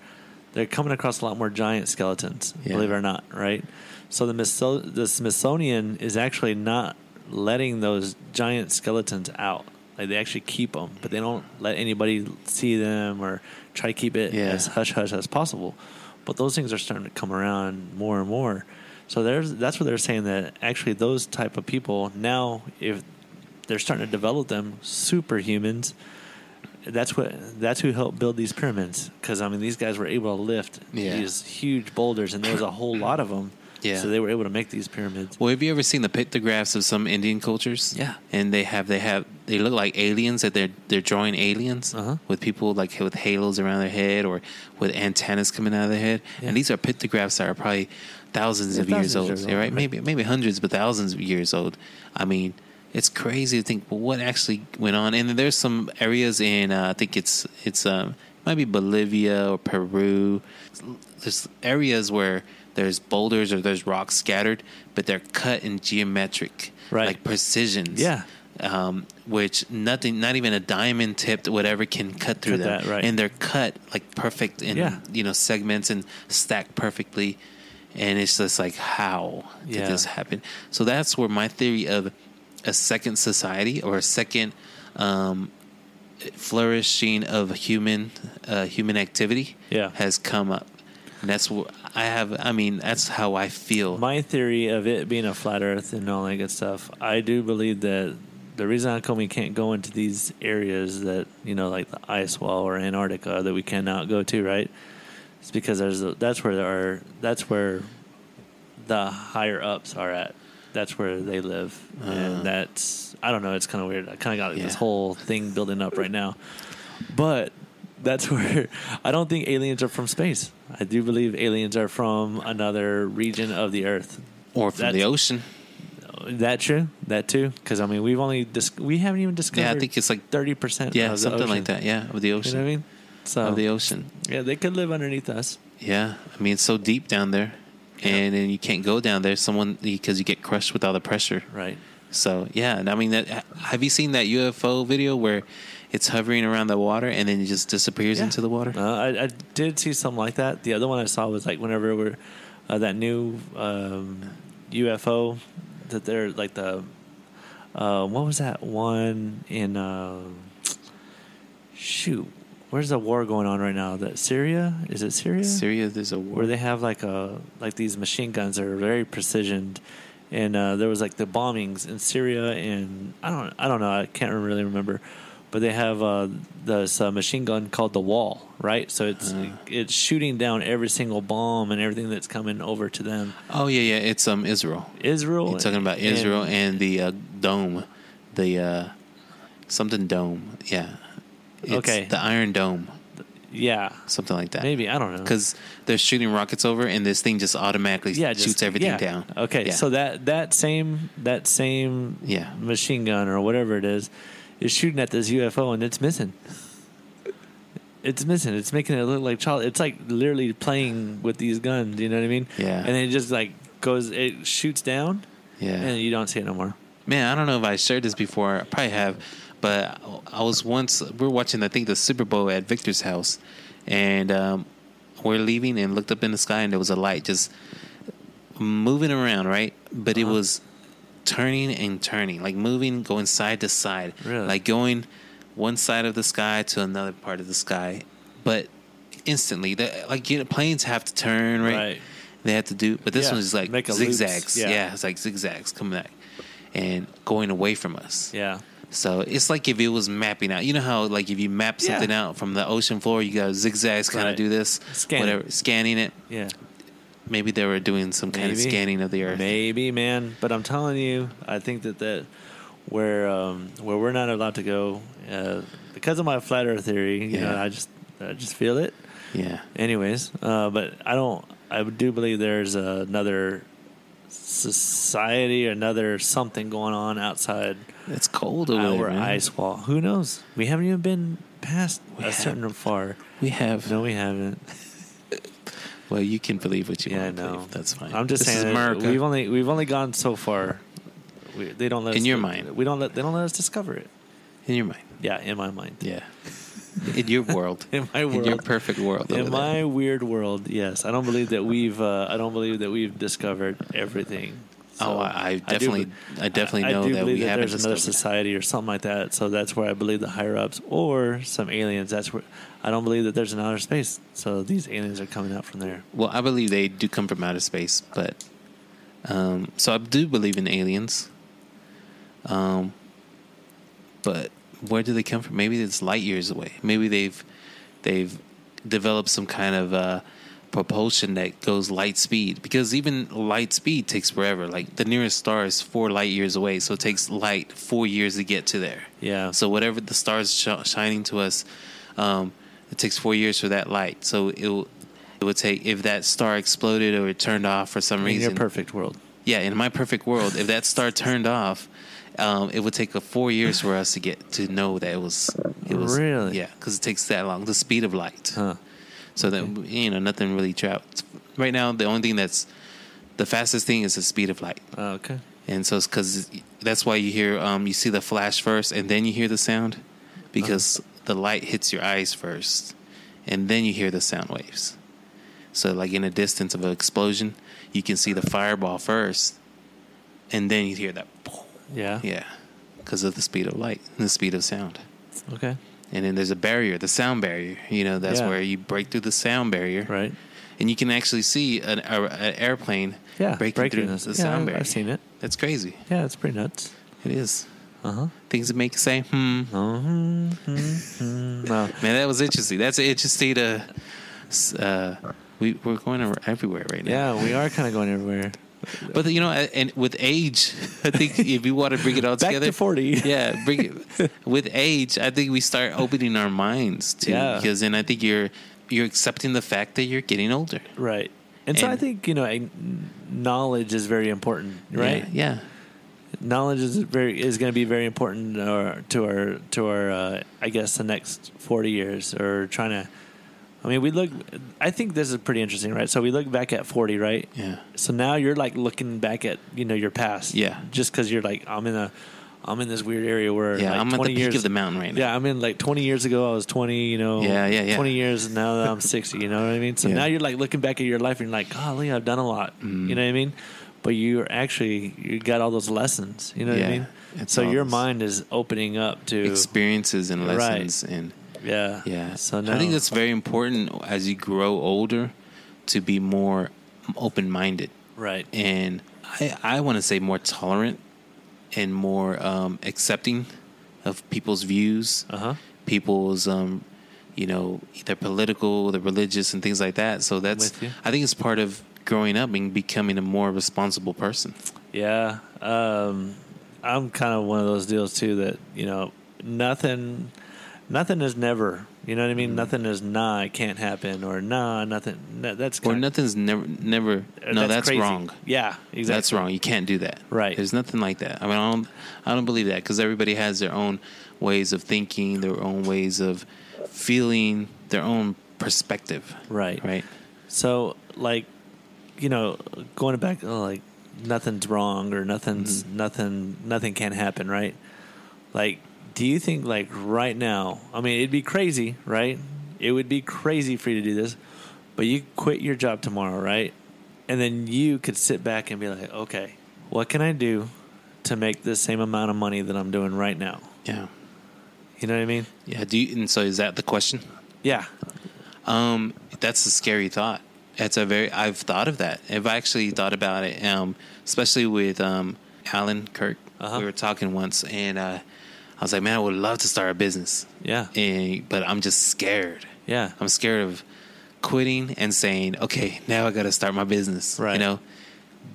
They're coming across a lot more giant skeletons,
Yeah.
believe it or not, right? So the Misso- the Smithsonian is actually not letting those giant skeletons out. Like they actually keep them, but they don't let anybody see them or try to keep it
Yeah.
as hush hush as possible. But those things are starting to come around more and more. So there's that's what they're saying that actually those type of people now if they're starting to develop them superhumans. That's what that's who helped build these pyramids because I mean these guys were able to lift
Yeah.
these huge boulders and there was a whole lot of them.
Yeah.
So they were able to make these pyramids.
Well, have you ever seen the pictographs of some Indian cultures?
Yeah.
and they have they have they look like aliens that they're they're drawing aliens
Uh-huh.
with people like with halos around their head or with antennas coming out of their head.
Yeah.
And these are pictographs that are probably thousands
Yeah,
of years
thousands of
old,
years
yeah,
old,
right?
right.
Maybe maybe hundreds, but thousands of years old. I mean, it's crazy to think well, what actually went on. And then there's some areas in uh, I think it's it's um, might be Bolivia or Peru there's areas where there's boulders or there's rocks scattered, but they're cut in geometric,
Right.
like precisions.
Yeah.
Um, which nothing, not even a diamond tipped whatever can cut through
Cut
them.
that, right.
And they're cut like perfect in
Yeah.
you know segments and stacked perfectly. And it's just like, how did
Yeah.
this happen? So that's where my theory of a second society or a second um, flourishing of human uh, human activity
Yeah.
has come up. And that's what I have. I mean, that's how I feel.
My theory of it being a flat Earth and all that good stuff, I do believe that the reason how come we can't go into these areas that you know, like the ice wall or Antarctica, that we cannot go to, right? It's because there's a, that's where there are that's where the higher ups are at. That's where they live,
Uh.
and that's I don't know. It's kind of weird. I kind of got like, this
Yeah.
whole thing building up right now, but that's where I don't think aliens are from space. I do believe aliens are from another region of the Earth.
or from
That's-
the ocean.
That true? That too? Because I mean, we've only dis- we haven't even discovered.
Yeah, I think it's like
thirty percent.
yeah, something like that. Yeah, of the
You
ocean.
know what I mean? So
Of the ocean.
yeah, they could live underneath us.
Yeah, I mean it's so deep down there,
Yeah.
and then you can't go down there. Someone because you get crushed with all the pressure.
Right.
So yeah, and I mean that. Have you seen that UFO video where it's hovering around the water and then it just disappears
Yeah.
into the water?
Uh, I, I did see something like that. The other one I saw was like whenever we're uh, that new um, UFO that they're like the uh, what was that one in um shoot where's the war going on right now? That Syria is it Syria?
Syria, there's a war.
where they have like a like these machine guns that are very precisioned and uh, there was like the bombings in Syria and I don't I don't know I can't really remember but they have uh, this uh, machine gun called the Wall right so it's
Uh.
it's shooting down every single bomb and everything that's coming over to them
Oh yeah, yeah. It's um Israel.
Israel
You're talking about
and-
Israel and the uh, dome, the uh, something dome. Yeah. It's
Okay.
The Iron Dome,
yeah
something like that.
maybe I don't know
because they're shooting rockets over, and this thing just automatically
yeah
shoots
just-
everything
yeah.
down.
okay
Yeah.
so that that same that same
Yeah.
machine gun or whatever it is is shooting at this UFO and it's missing. It's missing. It's making it look like child. It's like literally playing with these guns. You know what I mean?
Yeah.
And it just like goes. It shoots down,
yeah,
and you don't see it no more.
Man, I don't know if I shared this before. I probably have, but I was once we were watching I think the Super Bowl at Victor's house, and um, we're leaving and looked up in the sky and there was a light just moving around, right? But it
Uh-huh.
was turning and turning, like moving, going side to side,
Really?
like going one side of the sky to another part of the sky, but instantly, the, like you know, planes have to turn, right?
Right.
They have to do, but this
Yeah,
one's like
make a loops,
zigzags,
yeah.
yeah, it's like zigzags coming back and going away from us.
Yeah.
So it's like if it was mapping out. You know how like if you map
Yeah.
something out from the ocean floor, you got zigzags kind
Right.
of do this,
Scan.
whatever, scanning it.
Yeah.
Maybe they were doing some kind of
Maybe.
scanning of the earth.
Maybe, man. But I'm telling you, I think that that where um, where we're not allowed to go uh, because of my flat Earth theory. You
Yeah.
know, I just I just feel it.
Yeah.
anyways uh, but i don't i do believe there's another society another something going on outside
It's cold over
our
there. man.
ice wall who knows we haven't even been past
We
a certain far
We have
no we haven't
well, you can believe what you
yeah i
want to
know
believe. That's fine.
i'm just
this
saying
is
that
America.
we've only we've only gone so far we, they don't let
In
us,
your mind.
we don't let they don't let us discover it
in your mind.
yeah in my mind
Yeah. in your world.
in my
In
world
your perfect world. over
in my
there.
weird world yes i don't believe that we've uh, i don't believe that we've discovered everything
Oh, I- I
do
definitely-
be-
I definitely know
do
that
believe
we haven't
there's another
discovered.
society or something like that so that's where i believe the higher ups or some aliens that's where i don't believe that there's another space so these aliens are coming out from there
Well, I believe they do come from outer space, but um, so I do believe in aliens. Um, but where do they come from? Maybe it's light years away. Maybe they've they've developed some kind of uh, propulsion that goes light speed because even light speed takes forever. Like the nearest star is four light years away, so it takes light four years to get to there.
yeah
Uh, So whatever the stars sh- shining to us, um, it takes four years for that light. So it will- it would take if that star exploded or it turned off for some
in
reason.
your perfect world
Yeah, in my perfect world, if that star turned off, um, it would take a four years for us to get to know that it was. It was
Really?
yeah, because it takes that long. The speed of light.
huh
So that you know nothing really travels. Right now, the only thing that's the fastest thing is the speed of light.
okay
And so it's because that's why you hear, um, you see the flash first and then you hear the sound because
Uh-huh.
the light hits your eyes first and then you hear the sound waves. So, like in a distance of an explosion, you can see the fireball first and then you hear that.
Yeah.
Yeah, because of the speed of light and the speed of sound.
Okay.
And then there's a barrier, the sound barrier. You know, that's
Yeah.
where you break through the sound barrier,
Right.
and you can actually see an, a, an airplane
Yeah.
breaking, through
this.
the
yeah,
sound
I've-
barrier.
I've seen it.
That's crazy.
Yeah, it's pretty nuts.
It is.
Uh huh.
Things that make you say, hmm.
Mm-hmm. mm-hmm. No.
Man, that was interesting. That's interesting to. s- Uh, we, we're going over everywhere right now.
Yeah, we are kind of going everywhere.
But you know, and with age, I think if you want to bring it all
Back
together,
to 40.
yeah, bring it. With age, I think we start opening our minds to
Yeah.
because then I think you're you're accepting the fact that you're getting older,
Right. And, so I
And-
think, you know, I- knowledge is very important, right?
Yeah,
Knowledge is very is going to be very important to our to our, to our uh, I guess the next 40 years or trying to I mean, we look I think this is pretty interesting, right? So we look back at 40, right?
yeah, yeah.
So now you're like looking back at, you know, your past.
Yeah.
Just cuz you're like I'm in a I'm in this weird area where
Yeah,
like
I'm at
20
the peak
years
of the mountain right now.
Yeah, I mean, like 20 years ago, I was 20, you know.
Yeah, yeah, yeah.
20 years now that I'm 60, you know what I mean? So
Yeah. Mm-hmm.
now you're like looking back at your life and you're like, golly, I've done a lot. You know what I mean? But you're actually, you got all those lessons. You know what
Yeah,
I mean?
it's
So
all
your
those-
mind is opening up to,
Experiences and
Right.
lessons, and
yeah.
yeah.
So now,
I think that's very important as you grow older to be more open minded.
right.
and I, I want to say more tolerant and more um, accepting of people's views,
Uh huh.
people's, um, you know, their political, their religious, and things like that. So that's,
with you.
I think it's part of growing up and becoming a more responsible person.
Yeah. Um, I'm kind of one of those deals too that, you know, nothing nothing is never. You know what I
Mm-hmm.
mean? Nothing is nah, it can't happen or nah, nothing. No, that's
Or
kind
nothing's never, never, no, that's,
crazy.
wrong.
Yeah, exactly.
That's wrong. You can't do that.
Right.
There's nothing like that. I mean, I don't, I don't believe that because everybody has their own ways of thinking, their own ways of feeling, their own perspective.
Right.
Right.
So, like, you know, going back, oh, like, nothing's wrong or nothing's nothing, nothing can happen, right? Like, do you think, like, right now, I mean, it'd be crazy, right? It would be crazy for you to do this, but you quit your job tomorrow, right? And then you could sit back and be like, okay, what can I do to make the same amount of money that I'm doing right now?
Yeah.
You know what I mean?
Yeah. Do you, and so is that the question?
Yeah.
Um, that's a scary thought. That's a very I've thought of that. I've actually thought about it. Um, especially with um Alan Kirk.
Uh-huh.
We were talking once, and uh, I was like, man, I would love to start a business,
Yeah.
and but I'm just scared.
Yeah.
I'm scared of quitting and saying, okay, now I got to start my business.
Right.
You know,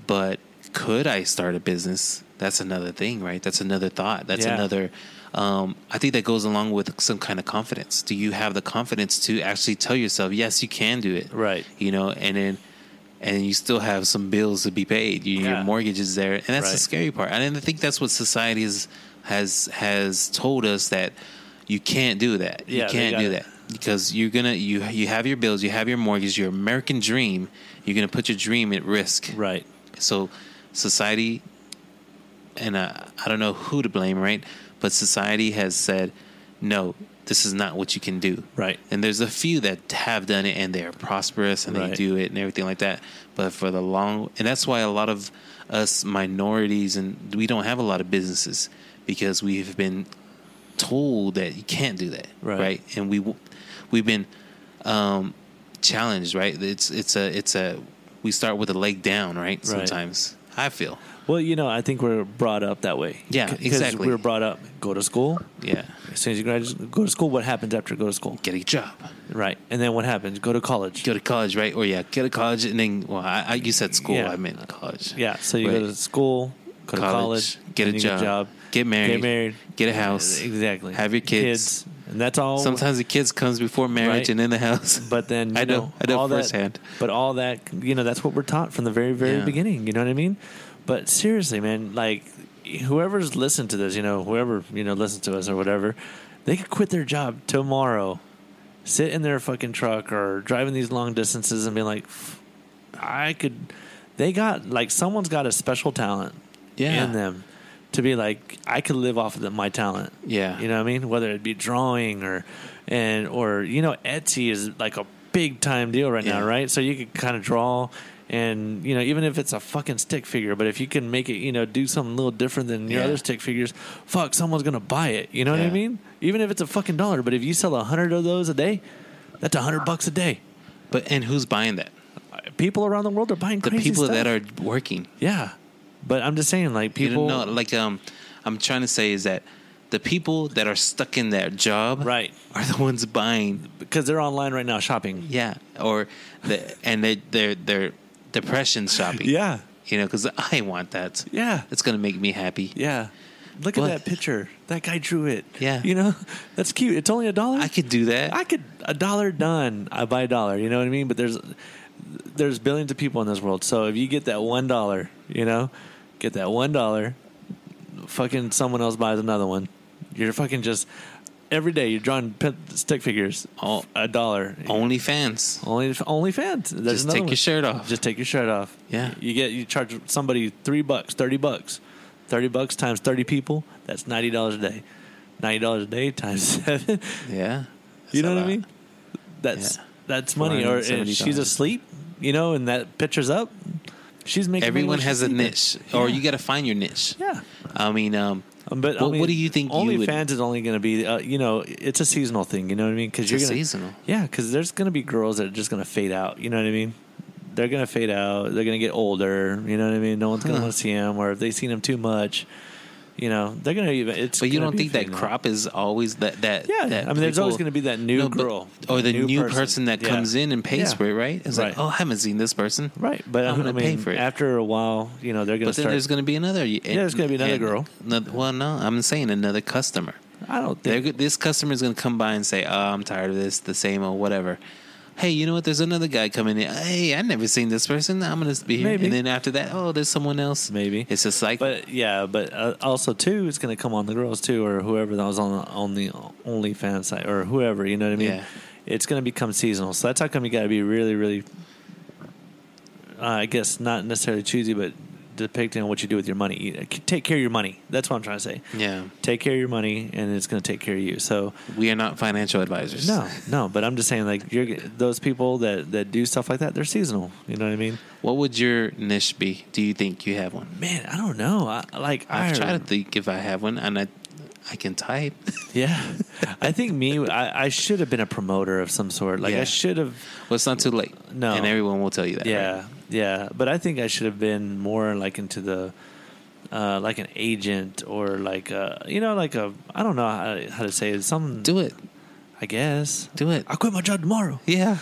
but could I start a business? That's another thing, right? That's another thought. That's
Yeah.
another. Um, I think that goes along with some kind of confidence. Do you have the confidence to actually tell yourself, yes, you can do it?
Right.
You know, and then. And you still have some bills to be paid. You,
Yeah.
Your mortgage is there, and that's the
Right.
scary part. And I think that's what society has has has told us that you can't do that. you
Yeah, they
can't
got
do
it.
that because you're gonna you you have your bills, you have your mortgage, your American dream. You're gonna put your dream at risk.
Right.
So society, and uh, I don't know who to blame, right? But society has said, no, this is not what you can do.
Right.
And there's a few that have done it and they're prosperous and they
Right.
do it and everything like that. But for the long, and that's why a lot of us minorities and we don't have a lot of businesses because we've been told that you can't do that,
Right.
And we w- we've been um, challenged, right? It's it's a it's a we start with a leg down, right? Sometimes I feel,
Well, you know, I think we're brought up that way.
Yeah,
'Cause
exactly.
We were brought up go to school.
yeah,
As soon as you graduate, go to school. What happens after go to school?
get a job,
Right, and then what happens? Go to college.
go to college, right? Or yeah, get to college and then well, I, I you said school,
Yeah.
I meant college,
yeah, so you
Right.
go to school, go to college,
get a
then you
job, get married,
get married,
get a house.
exactly.
have your kids.
and that's all.
Sometimes the kids comes before marriage
Right.
and in the house,
but then you
I know, I know
all that-
firsthand.
but all that you know, that's what we're taught from the very, very
Yeah.
beginning. You know what I mean? But seriously, man, like whoever's listened to this, you know, whoever you know listens to us or whatever, they could quit their job tomorrow, sit in their fucking truck or driving these long distances and be like, I could. They got like someone's got a special talent
Yeah.
in them to be like I could live off of the, my talent.
Yeah.
you know what I mean. Whether it be drawing or and or you know Etsy is like a big time deal right now,
Yeah.
right? So you could kind of draw And you know, even if it's a fucking stick figure, but if you can make it, you know, do something a little different than your
Yeah.
other stick figures, fuck, someone's gonna buy it. You know what I
Yeah.
mean? Even if it's a fucking dollar, but if you sell a hundred of those a day, that's a hundred bucks a day.
But and who's buying that?
People around the world are buying
The
crazy
people
stuff.
that are working.
yeah. But I'm just saying, like
You
people,
don't know. Like um, I'm trying to say is that the people that are stuck in that job
Right.
are the ones buying.
because they're online right now shopping.
Yeah, or the and they they're they're depression shopping.
Yeah,
you know, because I want that.
yeah,
It's gonna make me happy.
yeah. Look
Well-
at that picture. That guy drew it.
Yeah.
you know, that's cute. It's only a dollar.
I could do that.
I could a dollar done. I buy a dollar. You know what I mean? But there's there's billions of people in this world. So if you get that one dollar, you know, get that one dollar, fucking someone else buys another one. You're fucking just every day you're drawing pet stick figures.
Oh.
a dollar.
Only fans.
Only only fans. There's
Just
another
take
one.
your shirt off.
Just take your shirt off.
Yeah.
You get you charge somebody three bucks, thirty bucks, thirty bucks times thirty people. That's ninety dollars a day. Ninety dollars a day times seven.
Yeah, That's
you know
a
what I
lot.
mean? That's
Yeah.
that's money. Or and
$470.
she's asleep, you know, and that picture's up. She's making. money
Everyone
when she's
has a
sleeping.
niche, or
Yeah.
you got to find your niche.
Yeah.
I mean, um,
Um, but I
what,
mean,
what do you think? you would,
OnlyFans is only going to be, uh, you know, it's a seasonal thing. You know what I mean? Because
It's
you're
a
gonna,
seasonal.
Yeah, because there's going to be girls that are just going to fade out. You know what I mean? They're going to fade out. They're going to get older. You know what I mean? No one's going to
Huh.
want to see them, or if they've seen them too much, you know, they're going to even. It's
But you don't
gonna be
think that
fading out.
crop is always that that
Yeah,
That
I mean, there's always
people-
gonna be that new
but-
girl,
or the
that new
new,
person.
person. that
Yeah.
comes in and pays
Yeah.
for it, right? It's
Right.
like, oh, I haven't seen this person,
Right, but
I'm
I
gonna
mean,
pay for it.
after a while, you know, they're going to
but then
start.
there's going to be another. Yeah,
there's gonna be another girl.
well, no, I'm saying another customer.
I don't
They're,
think
go- this customer is going to come by and say, "Oh, I'm tired of this, the same or whatever." Hey, you know what? There's another guy coming in. Hey, I never seen this person. I'm going to be here,
Maybe.
and then after that, oh, there's someone else.
maybe
It's just like
But yeah, but uh, also too, it's going to come on the girls too, or whoever that was on the, on the OnlyFans site, or whoever. You know what I mean?
Yeah.
It's going to become seasonal, so that's how come you got to be really, really. Uh, I guess not necessarily choosy, but depicting what you do with your money. You- uh, Take care of your money. That's what I'm trying to say.
yeah,
Take care of your money, and it's going to take care of you. So
we are not financial advisors.
no, no, but I'm just saying, like you're g- those people that that do stuff like that, they're seasonal. You know what I mean?
What would your niche be? Do you think you have one?
Man, I don't know. I, like
I've
I-
tried to think if I have one, and I, I can type.
Yeah, I think me. I, I should have been a promoter of some sort. Like I
Yeah.
should have.
well, it's not too late.
No.
and everyone will tell you that.
Yeah,
right?
yeah. But I think I should have been more like into the, uh, like an agent or like a, you know, like a. I don't know how, how to say it. Some.
do it,
I guess.
do it.
I quit my job tomorrow.
Yeah,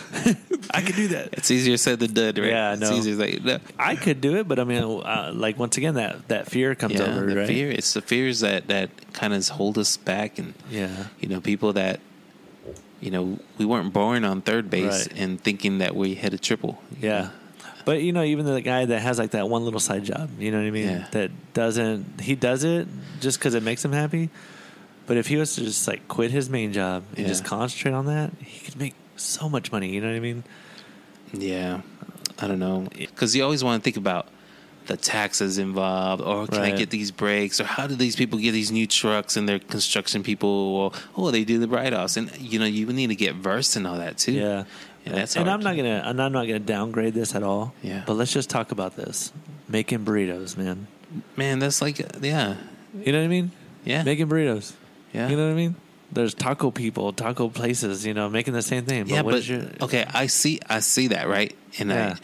I could do that.
it's easier said than done, right?
Yeah, I
It's
know.
easier like no.
I could do it, but I mean, uh, like once again, that that fear comes
Yeah,
over,
the
right?
fear. It's the fears that that kind of hold us back, and
Yeah.
you know, people that, you know, we weren't born on third base
Right.
and thinking that we hit a triple.
Yeah. But you know, even the guy that has like that one little side job, you know what I mean?
Yeah.
That doesn't he does it just because it makes him happy. But if he was to just like quit his main job and
Yeah.
just concentrate on that, he could make so much money. You know what I mean?
Yeah, I don't know because you always want to think about the taxes involved, or can
Right.
I get these breaks, or how do these people get these new trucks and their construction people, or oh they do the write offs, and you know you need to get versed in all that too.
Yeah.
and that's
and
hard.
I'm not gonna and I'm not gonna downgrade this at all.
Yeah.
But let's just talk about this making burritos, man.
man. That's like yeah,
You know what I mean?
yeah,
Making burritos.
yeah.
You know what I mean? There's taco people, taco places, you know, making the same thing. But
yeah,
what
but
is your,
okay, I see, I see that right, and
Yeah.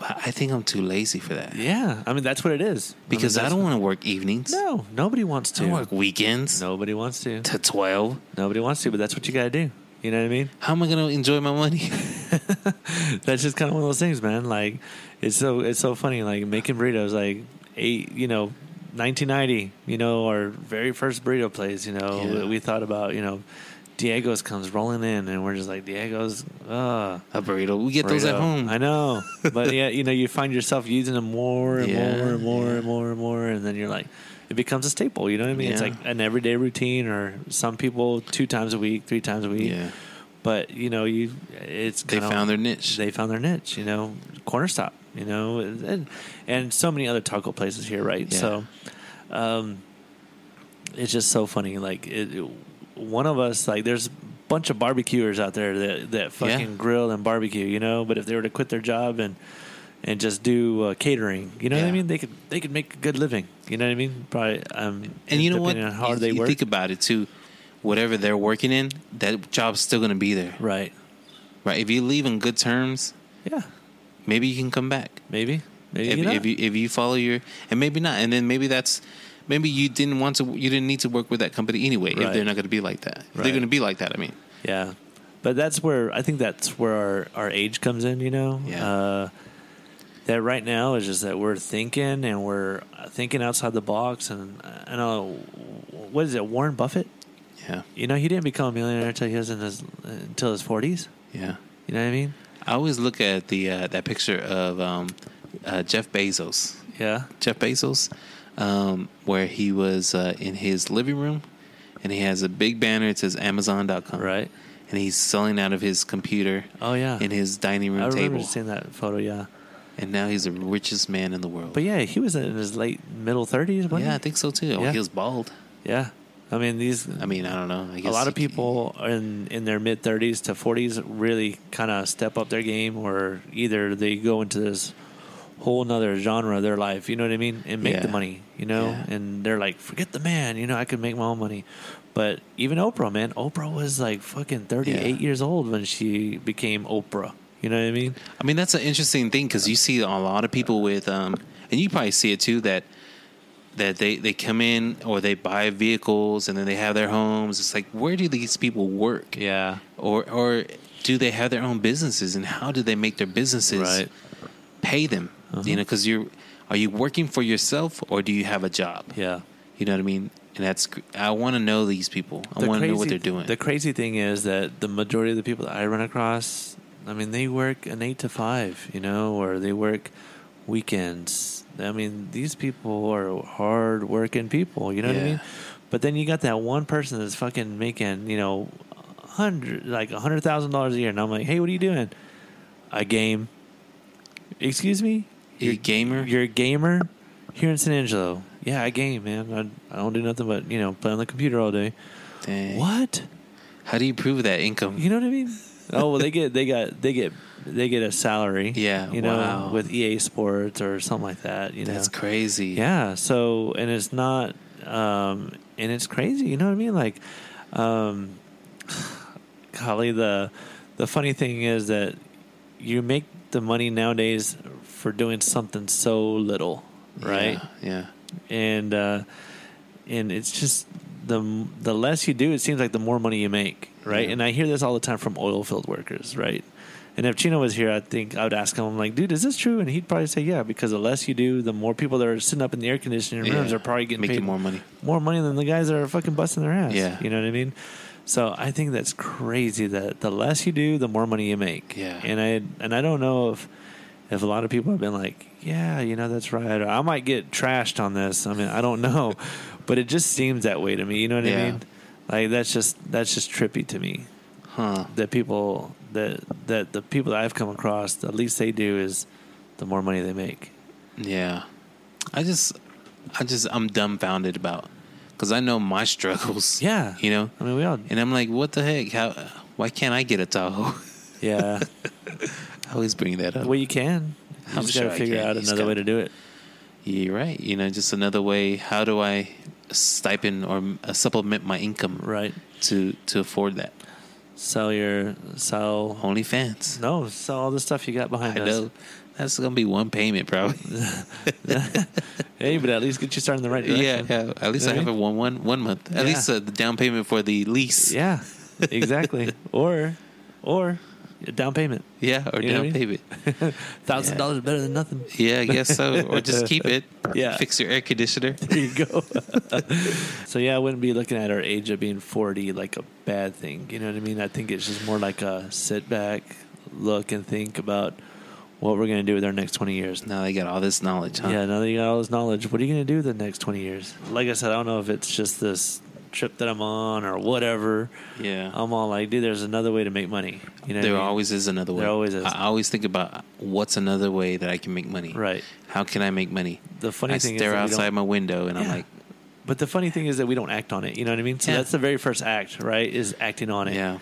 I, I think I'm too lazy for that
yeah. I mean, that's what it is.
because I,
mean, that's-
don't want to work evenings.
No, nobody wants
I
to.
don't work weekends
Nobody wants to.
to twelve.
Nobody wants to, but that's what you got to do. You know what I mean?
How am I going to enjoy my money?
That's just kind of one of those things, man. Like it's so it's so funny. Like making burritos, like eight, you know, 1990, you know, our very first burrito place. You know,
Yeah.
we, we thought about, you know, Diego's comes rolling in, and we're just like Diego's. Uh,
A burrito. We get those at
burrito.
home.
I know, but yeah, you know, you find yourself using them more and
Yeah,
more and more
yeah.
and more and more, and then you're like, it becomes a staple. You know what I mean? It's
Yeah.
like an everyday routine, or some people two times a week, three times a week.
Yeah.
But you know, you it's
They
kinda-
found their niche.
They found their niche. You know, corner stop. You know, and and so many other taco places here, right?
Yeah.
So, um, it's just so funny. Like it, one of us, like there's bunch of barbecuers out there that that
Yeah.
fucking grill and barbecue, you know. But if they were to quit their job and and just do uh, catering, you know what I
Yeah.
mean? They could they could make a good living. You know what I mean? Probably. Um,
and you know what?
depending on how
you,
hard they
you
work,
think about it too. Whatever they're working in, that job's still going to be there,
right?
right? If you leave on good terms,
Yeah,
maybe you can come back.
maybe. Maybe
If,
not.
if you if you follow your and maybe not, and then maybe that's maybe you didn't want to, you didn't need to work with that company anyway.
Right.
If they're not going to be like that, If
Right.
they're going to be like that. I mean,
Yeah, but that's where I think that's where our our age comes in. You know,
Yeah.
Uh, that right now is just that we're thinking and we're thinking outside the box, and I know what is it, Warren Buffett?
yeah,
You know, he didn't become a millionaire until he was in his until his forties.
yeah.
You know what I mean?
I always look at the uh, that picture of um, uh, Jeff Bezos.
Yeah,
Jeff Bezos, um, where he was uh, in his living room, and he has a big banner. It says Amazon.com,
right.
And he's selling out of his computer
Oh yeah,
in his dining
I
room
remember
table,
seeing that photo. Yeah,
and now he's the richest man in the world.
but yeah, he was in his late middle thirties.
yeah, I think so too.
Yeah.
He was bald.
Yeah, I mean these.
I mean, I don't know. I
a
guess
lot of
he-
people are in in their mid 30s to 40s really kind of step up their game or either they go into this whole nother genre of their life you know what i mean and make the
Yeah.
money you know
Yeah.
and they're like forget the man you know i could make my own money but even oprah man oprah was like fucking 38
Yeah.
years old when she became oprah you know what i mean
I mean, that's an interesting thing because you see a lot of people with, um, and you probably see it too that that they they come in or they buy vehicles and then they have their homes. It's like, where do these people work?
yeah
or or do they have their own businesses and how do they make their businesses
Right. Uh-huh.
pay them you know because you're are you working for yourself or do you have a job
yeah
you know what i mean and that's gr- i want to know these people i want to know what they're doing
The crazy thing is that the majority of the people that I run across, I mean, they work an eight to five, you know, or they work weekends. I mean, these people are hard working people, you know what I
Yeah.
mean? But then you got that one person that's fucking making, you know, hundred like a hundred thousand dollars a year, and I'm like, hey, what are you doing? A game. Excuse me.
you a gamer
You're a gamer here in San Angelo. Yeah, I game, man. I, I don't do nothing but you know play on the computer all day.
Dang.
What?
how do you prove that income
You know what I mean? oh well, they get they got they get they get a salary.
Yeah,
you know,
wow.
with EA Sports or something like that. You know,
that's crazy
yeah. So and it's not, um, and it's crazy. You know what I mean? Like, um, golly, the the funny thing is that you make the money nowadays for doing something so little, right?
yeah,
and uh, and it's just the the less you do, it seems like the more money you make, right?
Yeah.
And I hear this all the time from oil field workers, right? And if Chino was here, I think I would ask him, I'm like, dude, is this true? And he'd probably say, yeah, because the less you do, the more people that are sitting up in the air conditioning
yeah.
rooms are probably getting
making
paid
more money
more money than the guys that are fucking busting their ass.
Yeah.
You know what I mean? So I think that's crazy that the less you do, the more money you make.
Yeah.
And I and I don't know if if a lot of people have been like, Yeah, you know, that's right. Or I might get trashed on this. I mean, I don't know. but it just seems that way to me. You know what I
Yeah.
mean? Like that's just that's just trippy to me.
huh
That people that that the people that I've come across, the least they do is the more money they make.
Yeah, I just, I just, I'm dumbfounded about because I know my struggles.
Yeah.
you know,
I mean we all
and I'm like, what the heck? How? Why can't I get a Tahoe?
Yeah.
I always bring that up.
well you can. You
I'm
just
sure
gotta
I
figure
can.
out
You just
another way
gotta-
to do it.
You're right. You know, just another way. How do I stipend or uh, supplement my income
Right.
to to afford that?
Sell your sell.
OnlyFans.
No, sell all the stuff you got behind
I
us.
know. That's gonna be one payment probably.
Hey, but at least get you started in the right
yeah,
direction.
yeah. At least
You know
I
what
have
I
a one one one month. At
Yeah.
least uh, the down payment for the lease.
Yeah, exactly. or, or a down payment.
yeah, or
You know
down
what I mean?
payment.
Thousand dollars is better than nothing.
Yeah, I guess so. or just keep it.
Yeah.
Fix your air conditioner.
There you go. so yeah, I wouldn't be looking at our age of being forty like a bad thing. You know what I mean? I think it's just more like a sit back, look and think about what we're gonna do with our next twenty years.
Now they got all this knowledge, huh?
Yeah, now that you got all this knowledge, what are you going to do with the next 20 years? Like I said, I don't know if it's just this trip that I'm on or whatever.
Yeah.
I'm all like, dude, there's another way to make money. You know, what I
there
mean?
always is another way.
There always is.
I always think about what's another way that I can make money.
Right.
How can I make money?
The funny
I
thing is
stare
that we
outside
don't-
my window and I'm
Yeah.
like,
But the funny thing is that we don't act on it. You know what I mean? So
Yeah.
that's the very first act, right? Is acting on it.
yeah,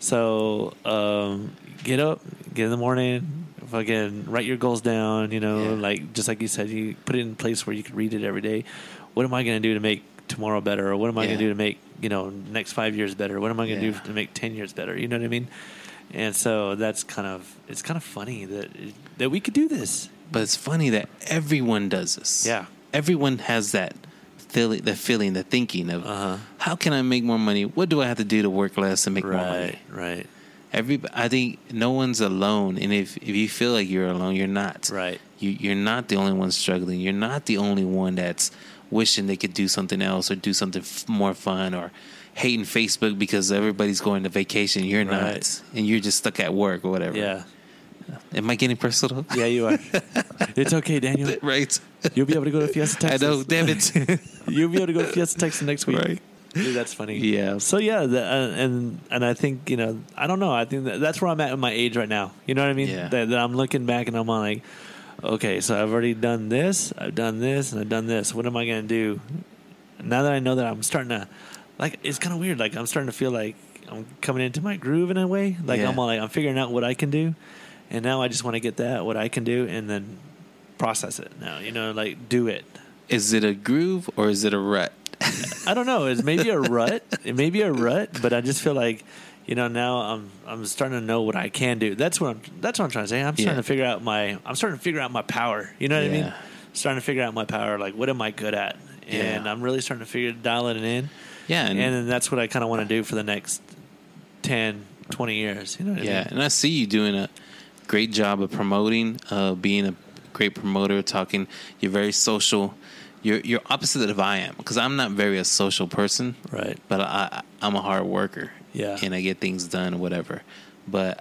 So um, get up, get in the morning, fucking write your goals down. You know,
Yeah.
like just like you said, you put it in a place where you can read it every day. What am I going to do to make tomorrow better? Or what am I going
Yeah.
to do to make you know next five years better? What am I going to
Yeah.
do to make ten years better? You know what I mean? And so that's kind of it's kind of funny that that we could do this.
But it's funny that everyone does this.
Yeah.
Everyone has that feeling, the feeling, the thinking of
Uh-huh.
how can I make more money? What do I have to do to work less and make more
Right,
money?
right,
Every, I think no one's alone, and if, if you feel like you're alone, you're not.
right.
You, you're not the only one struggling. You're not the only one that's wishing they could do something else or do something f- more fun or hating Facebook because everybody's going to vacation. You're
Right.
not, and you're just stuck at work or whatever.
Yeah,
Am I getting personal?
yeah, you are. it's okay, Daniel.
right.
You'll be able to go to Fiesta
I
Texas.
know. Damn it.
You'll be able to go to Fiesta Texas next week.
Right.
Dude, that's funny.
Yeah.
So yeah, the, uh, and and I think you know I don't know I think that, that's where I'm at in my age right now. You know what I mean?
Yeah.
That, that I'm looking back and I'm like, okay, so I've already done this, I've done this, and I've done this. What am I gonna do now that I know that I'm starting to like? It's kind of weird. Like I'm starting to feel like I'm coming into my groove in a way. Like
Yeah.
I'm like I'm figuring out what I can do, and now I just want to get that what I can do and then process it now. You know, like do it.
Is it a groove or is it a rut?
I don't know. It's maybe a rut. It may be a rut, but I just feel like, you know, now I'm I'm starting to know what I can do. That's what I'm that's what I'm trying to say. I'm starting
Yeah.
to figure out my I'm starting to figure out my power. You know what I mean?
Yeah.
Starting to figure out my power. Like, what am I good at? And
Yeah.
I'm really starting to figure dial it in.
Yeah.
And,
And,
then that's what I kind of want to do for the next 10, 20 years. You know what
yeah.
I mean?
And I see you doing a great job of promoting, uh, being a great promoter, talking. You're very social. You're, you're opposite of I am because I'm not very a social person.
Right.
But I, I, I'm a hard worker.
Yeah.
And I get things done or whatever. But,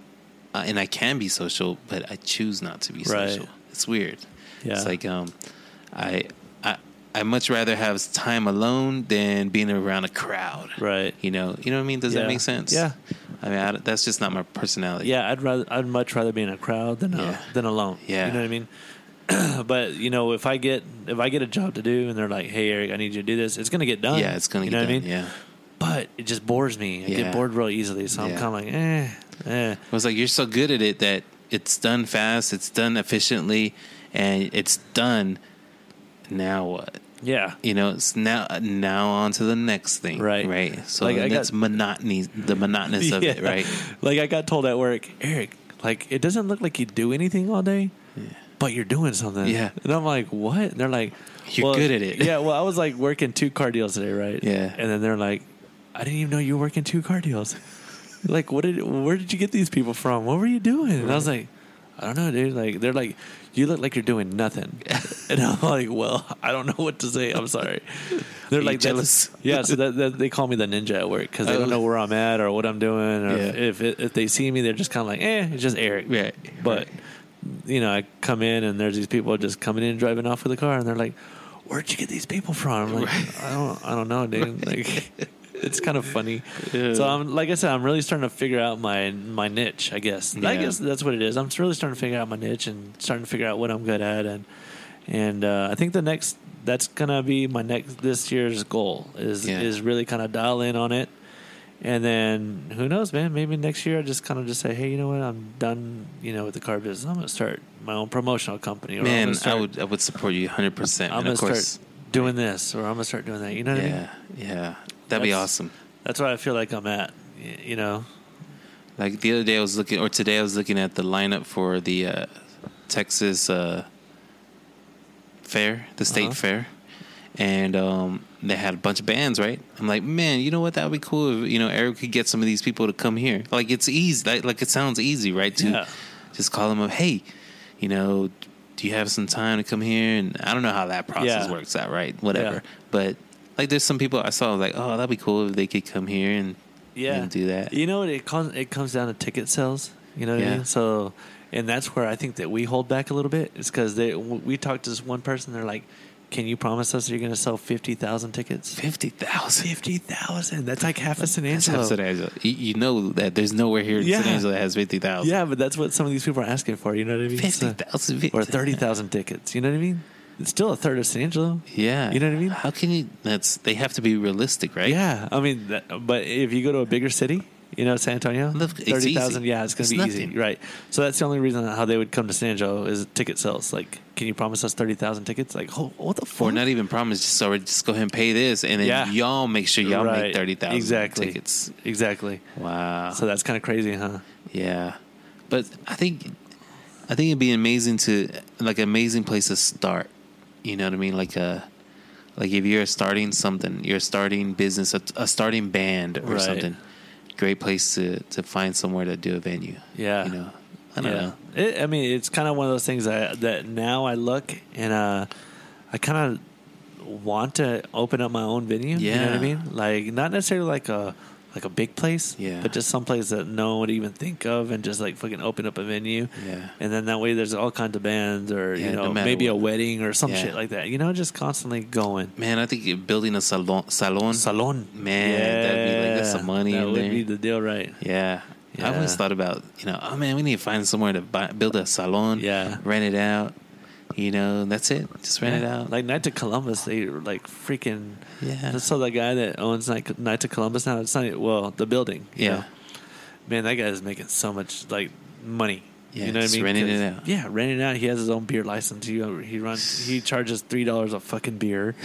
uh, and I can be social, but I choose not to be
Right.
social. It's weird.
Yeah.
It's like, um, I, I, I much rather have time alone than being around a crowd.
Right.
You know, you know what I mean? Does
Yeah.
that make sense?
Yeah.
I mean, I, don't- that's just not my personality.
Yeah, I'd rather I'd much rather be in a crowd than
Yeah.
a, than alone.
Yeah.
you know what I mean. but you know, if I get if I get a job to do and they're like, "Hey, Eric, I need you to do this," it's gonna get done.
Yeah, it's gonna
you
get
know
done.
what I mean.
Yeah.
But it just bores me. I
Yeah.
get bored real easily, so I'm
Yeah.
kind of like, eh, eh.
It was like you're so good at it that it's done fast, it's done efficiently, and it's done. Now what?
Yeah,
You know, it's now now on to the next thing.
Right.
Right. So
Like, I
that's
got-
monotony, the monotonous of it,
Yeah.
right?
Like I got told at work, Eric, like it doesn't look like you do anything all day, but you're doing something.
Yeah.
and I'm like, what? And they're like,
You're
well-
good at it.
Yeah, well, I was like working two car deals today, right?
Yeah.
and then they're like, I didn't even know you were working two car deals. like, what did? Where did you get these people from? What were you doing? And I was like. I don't know, dude. Like they're like, you look like you're doing nothing, and I'm like, well, I don't know what to say. I'm sorry. They're
you
like
jealous?
that's- Yeah, so that, that, they call me the ninja at work because they
Oh.
don't know where I'm at or what I'm doing, or
Yeah.
if it, if they see me, they're just kind of like, eh, it's just Eric.
Right,
But you know, I come in and there's these people just coming in and driving off with a car, and they're like, "Where'd you get these people from?" I'm like,
Right.
I don't, I don't know, dude. Like, it's kind of funny.
Yeah.
So I'm like I said, I'm really starting to figure out my my niche. I guess. I
Yeah.
guess that's what it is. I'm really starting to figure out my niche and starting to figure out what I'm good at, and and uh, I think the next that's gonna be my next this year's goal is
Yeah.
is really kind of dial in on it. And then who knows, man? Maybe next year I just kind of just say, hey, you know what? I'm done, you know, with the car business. I'm gonna start my own promotional company. Or I'm
Man,
gonna start,
I would I would support you 100. percent And
I'm gonna
of course,
start doing this, or I'm gonna start doing that. You know what I mean?
yeah, yeah, that'd be
That's-
awesome.
That's where I feel like I'm at. y- You know?
Like the other day, I was looking, or today, I was looking at the lineup for the uh, Texas uh, fair, the state
Uh-huh.
fair, and um, they had a bunch of bands. Right, I'm like, man, you know what? That would be cool if you know Eric could get some of these people to come here. Like it's easy, like, like it sounds easy, right? To
Yeah.
just call them up, hey, you know, do you have some time to come here? And I don't know how that process
Yeah.
works out, right? Whatever,
Yeah.
but. Like there's some people I saw like oh that'd be cool if they could come here and
Yeah.
and do that
You know what? It comes it comes down to ticket sales. You know what
Yeah.
I mean? So, and that's where I think that we hold back a little bit. It's because they w- we talked to this one person. They're like, "Can you promise us you're gonna sell fifty thousand tickets?"
fifty thousand
Fifty thousand. That's like half a San
That's
Angelo.
half San Angelo. You, you know that there's nowhere here in
Yeah.
San Angelo that has 50,000.
Yeah, but that's what some of these people are asking for. You know what I mean? So-
50,000
or thirty thousand tickets. You know what I mean? It's still a third of San Angelo.
Yeah.
You know what I mean?
How can you? That's They have to be realistic, right?
Yeah, I mean, that, but if you go to a bigger city, You know, San Antonio,
Look, it's
thirty thousand.
easy.
Yeah, it's gonna
It's
be
nothing.
easy, right? So that's the only reason how they would come to San Joe is ticket sales. Like, can you promise us thirty thousand tickets? Like, oh, what the fuck?
Or not even promise, just already just go ahead and pay this, and then
Yeah.
y'all make sure y'all
Right.
make thirty thousand
exactly
tickets.
Exactly.
Wow.
So that's kind of crazy, huh?
Yeah, but I think I think it'd be amazing to like amazing place to start. You know what I mean? Like a like if you're starting something, you're starting business, a, a starting band or
Right.
something. Great place to to find somewhere to do a venue.
Yeah.
you know. I don't
yeah.
know.
It, I mean, it's kind of one of those things that, that now I look and uh, I kind of want to open up my own venue. You know what I
Yeah.
mean? Like, not necessarily like a like a big place,
Yeah.
but just some place that no one would even think of and just like fucking open up a venue.
Yeah.
And then that way there's all kinds of bands or,
Yeah,
you know,
no matter
maybe a
what.
wedding or some
Yeah.
shit like that. You know, just constantly going.
Man, I think building a salon, salon,
Salon.
Man, that'd be like- that's some money
That
in
would
there.
be the deal, right?
Yeah. I
Yeah.
always thought about, you know, oh man, we need to find somewhere to buy, build a salon,
Yeah.
rent it out, you know, and that's it. Just rent it
Yeah.
out.
Like Night to Columbus, they like freaking.
Yeah.
I saw that guy that owns Night, Night to Columbus now. It's not well the building. you
Yeah.
know. Man, that guy is making so much like money.
Yeah,
you know what I
just
mean?
renting it
'Cause-
out.
Yeah, renting it out. He has his own beer license. He uh, he runs. He charges three dollars a fucking beer.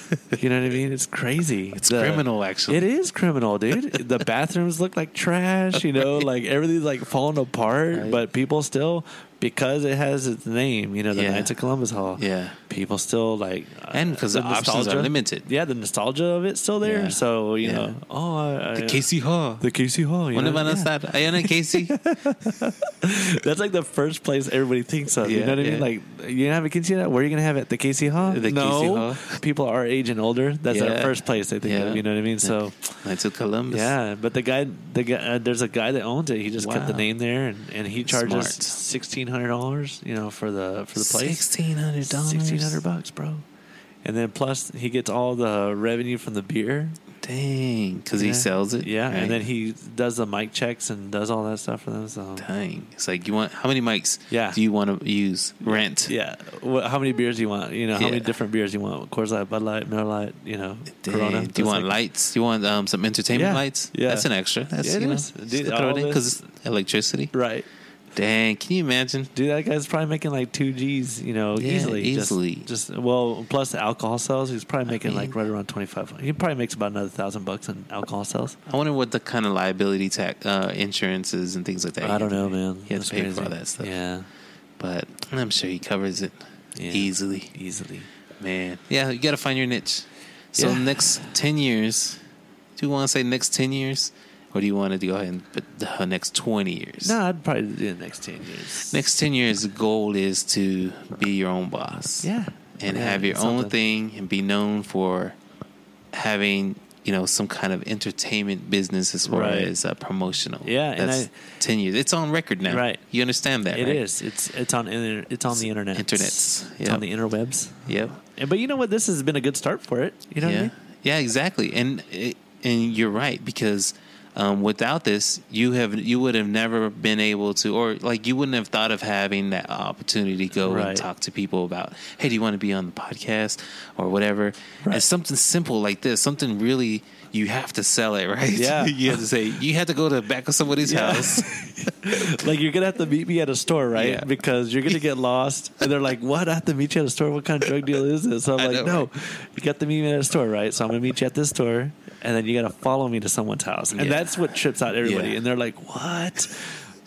you know what I mean? It's crazy.
It's criminal, actually.
It is criminal, dude. the bathrooms look like trash. You know, like everything's like falling apart.
Right.
But people still, because it has its name, you know, the
Yeah.
Knights of Columbus Hall
Yeah.
people still like uh,
And 'cause the options are limited.
Yeah, the nostalgia of it's still there.
Yeah.
So you
Yeah.
know, oh, I, I,
The Casey Hall.
the Casey Hall. You
One
know?
of
yeah.
us that Ayana Casey.
That's like the first place everybody thinks of. you
Yeah,
know what I mean?
yeah.
Like you gonna have a Casey Hall? Where are you gonna have it? The Casey Hall?
The
no,
Casey Hall.
people our age and older. That's our
Yeah.
first place they think
Yeah.
of. You know what I mean? So.
I took Columbus.
Yeah, but the guy, the guy, uh, there's a guy that owns it. He just kept the
Wow.
name there, and, and he
Smart.
charges sixteen hundred dollars, you know, for the for the place.
Sixteen hundred dollars.
Sixteen hundred bucks, bro. And then plus he gets all the revenue from the beer.
Dang, because
Yeah.
he sells it.
Yeah,
right?
and then he does the mic checks and does all that stuff for them. So
Dang, it's like you want how many mics?
Yeah.
Do you want to use rent?
yeah, what, how many beers do you want? You know, how many
Yeah.
different beers do you want? Coors Light, Bud Light, Miller Light. You know,
Dang.
Corona.
Do you
That's
want
like-
lights? Do you want um, some entertainment
Yeah,
lights?
yeah.
That's an extra. That's
Yeah, it
you know,
is.
just
Dude,
throw
all
it in because
this-
it's electricity.
Right,
Dang, can you imagine?
dude. That guy's probably making like two G's. You know,
Yeah,
easily, Just-
easily.
Just, well, plus the alcohol sales. He's probably making like
mean-
right around twenty five. He probably makes about another thousand bucks in alcohol sales.
I wonder what the kind of liability tax, uh, insurances, and things like that.
I
you have
don't
to
know,
pay.
man.
You have
That's
to pay for all
crazy.
that stuff.
Yeah,
But I'm sure he covers it
Yeah.
easily.
easily.
Man, yeah, you got to find your niche. So
Yeah.
next ten years, do you want to say next ten years, or do you want to go ahead and put the next twenty years?
No, I'd probably do the next ten years.
Next ten years, the goal is to be your own boss.
yeah,
and
Yeah,
have your own
something.
thing and be known for having you know some kind of entertainment business as far
Right.
as uh, promotional.
Yeah, and
that's
I-
ten years. It's on record now.
Right.
you understand that?
It
right?
is. It's it's on inter- it's on the internet.
internets.
It's
Yeah.
on the interwebs.
Yep.
And, but you know what? This has been a good start for it. You know
yeah.
what I mean?
Yeah, exactly. And it- and you're right because um, without this, you have you would have never been able to, or like you wouldn't have thought of having that opportunity to go
Right.
and talk to people about, hey, do you want to be on the podcast or whatever?
Right.
And something simple like this, something really you have to sell it, right?
Yeah.
you have to say you have to go to the back of somebody's
Yeah.
house.
Like you're gonna have to meet me at a store, right?
Yeah.
Because you're gonna get lost. And they're like, "What? I have to meet you at a store? What kind of drug deal is this?" So I'm
I
like,
know,
"No,
right?
you got to meet me at a store, right? So I'm gonna meet you at this store, and then you gotta follow me to someone's house, and
Yeah.
that's what trips out everybody.
Yeah.
And they're like, "What?"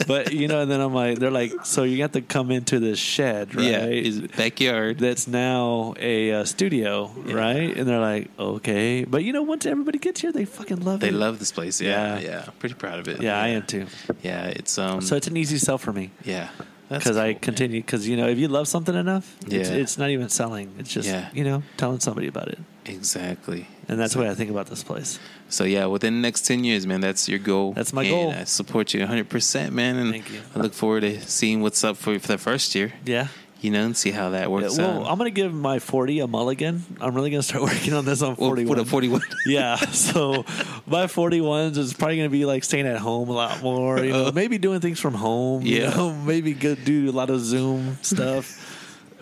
But you know, and then I'm like, they're like, "So you got to come into this shed, right?"
Yeah, his backyard.
that's now a uh, studio,
Yeah.
right? And they're like, okay, but you know, once everybody gets here, they fucking love
they
it.
love this place. Yeah,
Yeah.
yeah, Pretty proud of it.
Yeah, I am too.
Yeah, it's um.
So it's an easy sell for me
yeah, That's
because
cool,
I
man.
continue because you know if you love something enough, it's,
Yeah.
it's not even selling. It's just
Yeah.
you know telling somebody about it,
Exactly.
and that's the way I think about this place.
So yeah, within the next ten years, man, that's your goal.
That's my
And
goal.
I support you 100, percent man, and
Thank you.
I look forward to seeing what's up for, for the first year.
Yeah.
You know, and see how that works.
well,
out.
I'm gonna give my 40 a mulligan. I'm really gonna start working on this on
We'll
41.
put a 41.
yeah. So my 41s is probably going to be like staying at home a lot more,
Uh-huh.
you know, maybe doing things from home, you
Yeah.
know, maybe go do a lot of Zoom stuff.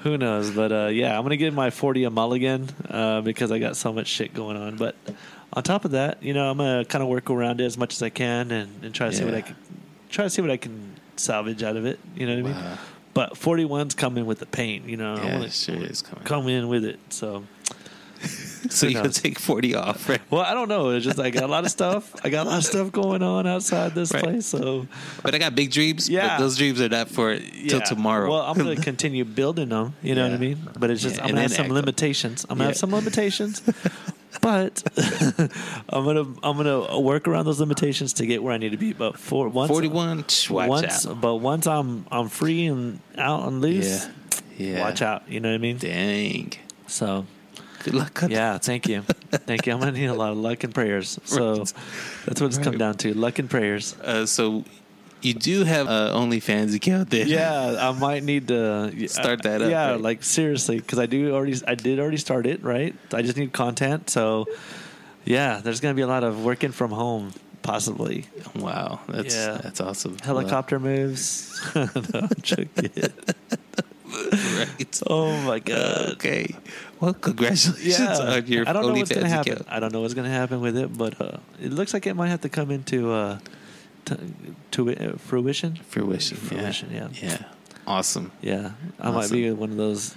Who knows? But uh, yeah, I'm gonna give my 40 a mulligan uh, because I got so much shit going on. But on top of that, you know, I'm gonna kind of work around it as much as I can and, and try to see what I
Yeah.
can try to see what I can salvage out of it. You know what I mean?
Wow.
But 41's coming with the pain. You know, I
Yeah,
wanna
it sure is coming.
come in with it. So.
so
who
you can
knows?
take forty off, right?
Well, I don't know. It's just I got a lot of stuff. I got a lot of stuff going on outside this
Right.
place. So
But I got big dreams.
Yeah.
but those dreams are not for till
yeah.
tomorrow.
Well, I'm gonna continue building them. You know what I
Yeah.
mean? But it's just
Yeah,
I'm
and
gonna have
then
some
act on it.
limitations. I'm gonna have
Yeah.
some limitations. but I'm gonna I'm gonna work around those limitations to get where I need to be. But for once
forty-one. Tch, watch
once,
out.
but once I'm I'm free and out and loose,
Yeah, yeah.
watch out. You know what I mean?
Dang.
So
Good luck. with
Yeah, thank you. Thank you. I'm going to need a lot of luck and prayers. So
Right.
that's what it's come
Right.
down to luck and prayers.
Uh, so you do have uh, OnlyFans account then?
Yeah, I might need to yeah,
Start that up,
Yeah,
right?
like seriously, because I do already, I did already start it, right? I just need content. So yeah, there's going to be a lot of working from home, possibly.
Wow, that's
Yeah.
that's awesome.
Helicopter moves. no, I'm joking.
Well, right.
Oh my god.
Okay. Well, congratulations
Yeah,
on your
I don't know what's
OnlyFans
gonna happen.
account.
I don't know what's gonna happen with it, but uh, it looks like it might have to come into uh, t- to uh, fruition.
Fruition. yeah.
Fruition, yeah.
Yeah. Awesome.
Yeah, I might be one of those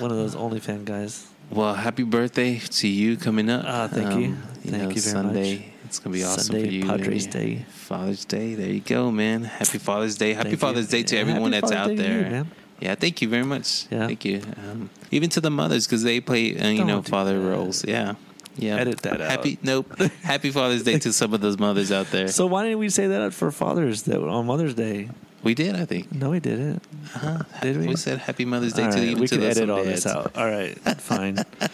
one of those OnlyFan guys.
Well, happy birthday to you coming up. Um,
Ah, thank you. Thank you very
Sunday.
much.
It's gonna be awesome
Sunday,
for you.
Padres
Yeah.
Day.
Father's Day. There you go, man. Happy Father's Day. Happy
Thank you.
Father's Day to
Yeah,
everyone
happy
that's
Father's
out
Day to
there.
you, man.
Yeah, thank you very much.
Yeah.
Thank you. Um, even to the mothers because they play, uh, you
Don't
know,
do
father
that.
roles. Yeah. Yeah.
Edit that out.
Happy nope. Happy Father's Day to some of those mothers out there.
So why didn't we say that for Father's Day on Mother's Day?
we did, I think.
No, we didn't.
Uh-huh.
Did we?
we said Happy Mother's Day
All
to
right,
even
we
to
can
those
edit
some
all this
dads.
out. All right, fine.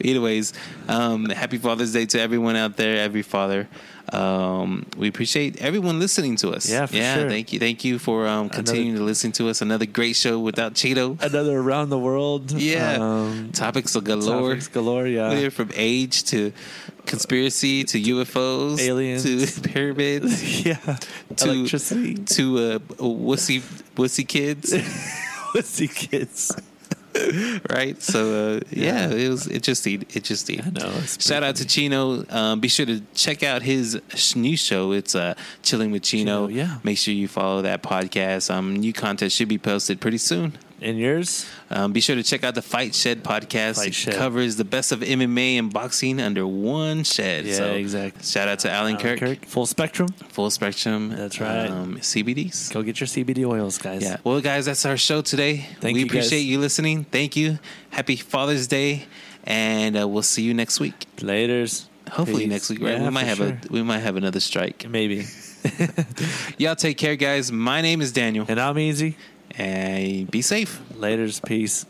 Anyways, um, happy Father's Day to everyone out there, every father. Um, we appreciate everyone listening to us.
Yeah, for sure.
Thank you, thank you for um, continuing to listen to us. Another great show without Cheeto.
Another around the world.
Yeah,
um,
topics of galore.
topics galore. Yeah,
We're from age to conspiracy to UFOs,
Aliens.
to pyramids,
yeah.
to
Electricity.
to uh, wussy wussy kids.
What's the kids?
right? So uh, yeah.
Yeah.
it was interesting. Interesting.
I know, it's
Shout
pretty
out to Chino. Um, be sure to check out his sh- new show. It's uh, Chilling with Chino.
Chino, yeah.
Make sure you follow that podcast. Um, new content should be posted pretty soon.
And yours?
Um, be sure to check out the Fight Shed podcast.
Fight
it
Shed.
covers the best of MMA and boxing under one shed.
Yeah,
so
exactly.
Shout out to Alan, Kirk,
Uh, Full spectrum.
Full Spectrum.
That's right.
Um, CBDs.
Go get your CBD oils, guys.
Yeah. Well, guys, that's our show today.
Thank
we
you, guys.
appreciate you listening. Thank you. Happy Father's Day, and uh, we'll see you next week.
Laters.
Hopefully
Peace.
next week, right?
Yeah,
we might
for
have
sure.
a we might have another strike.
Maybe.
Y'all take care, guys. My name is Daniel,
And I'm easy.
and be safe.
Laters. Peace.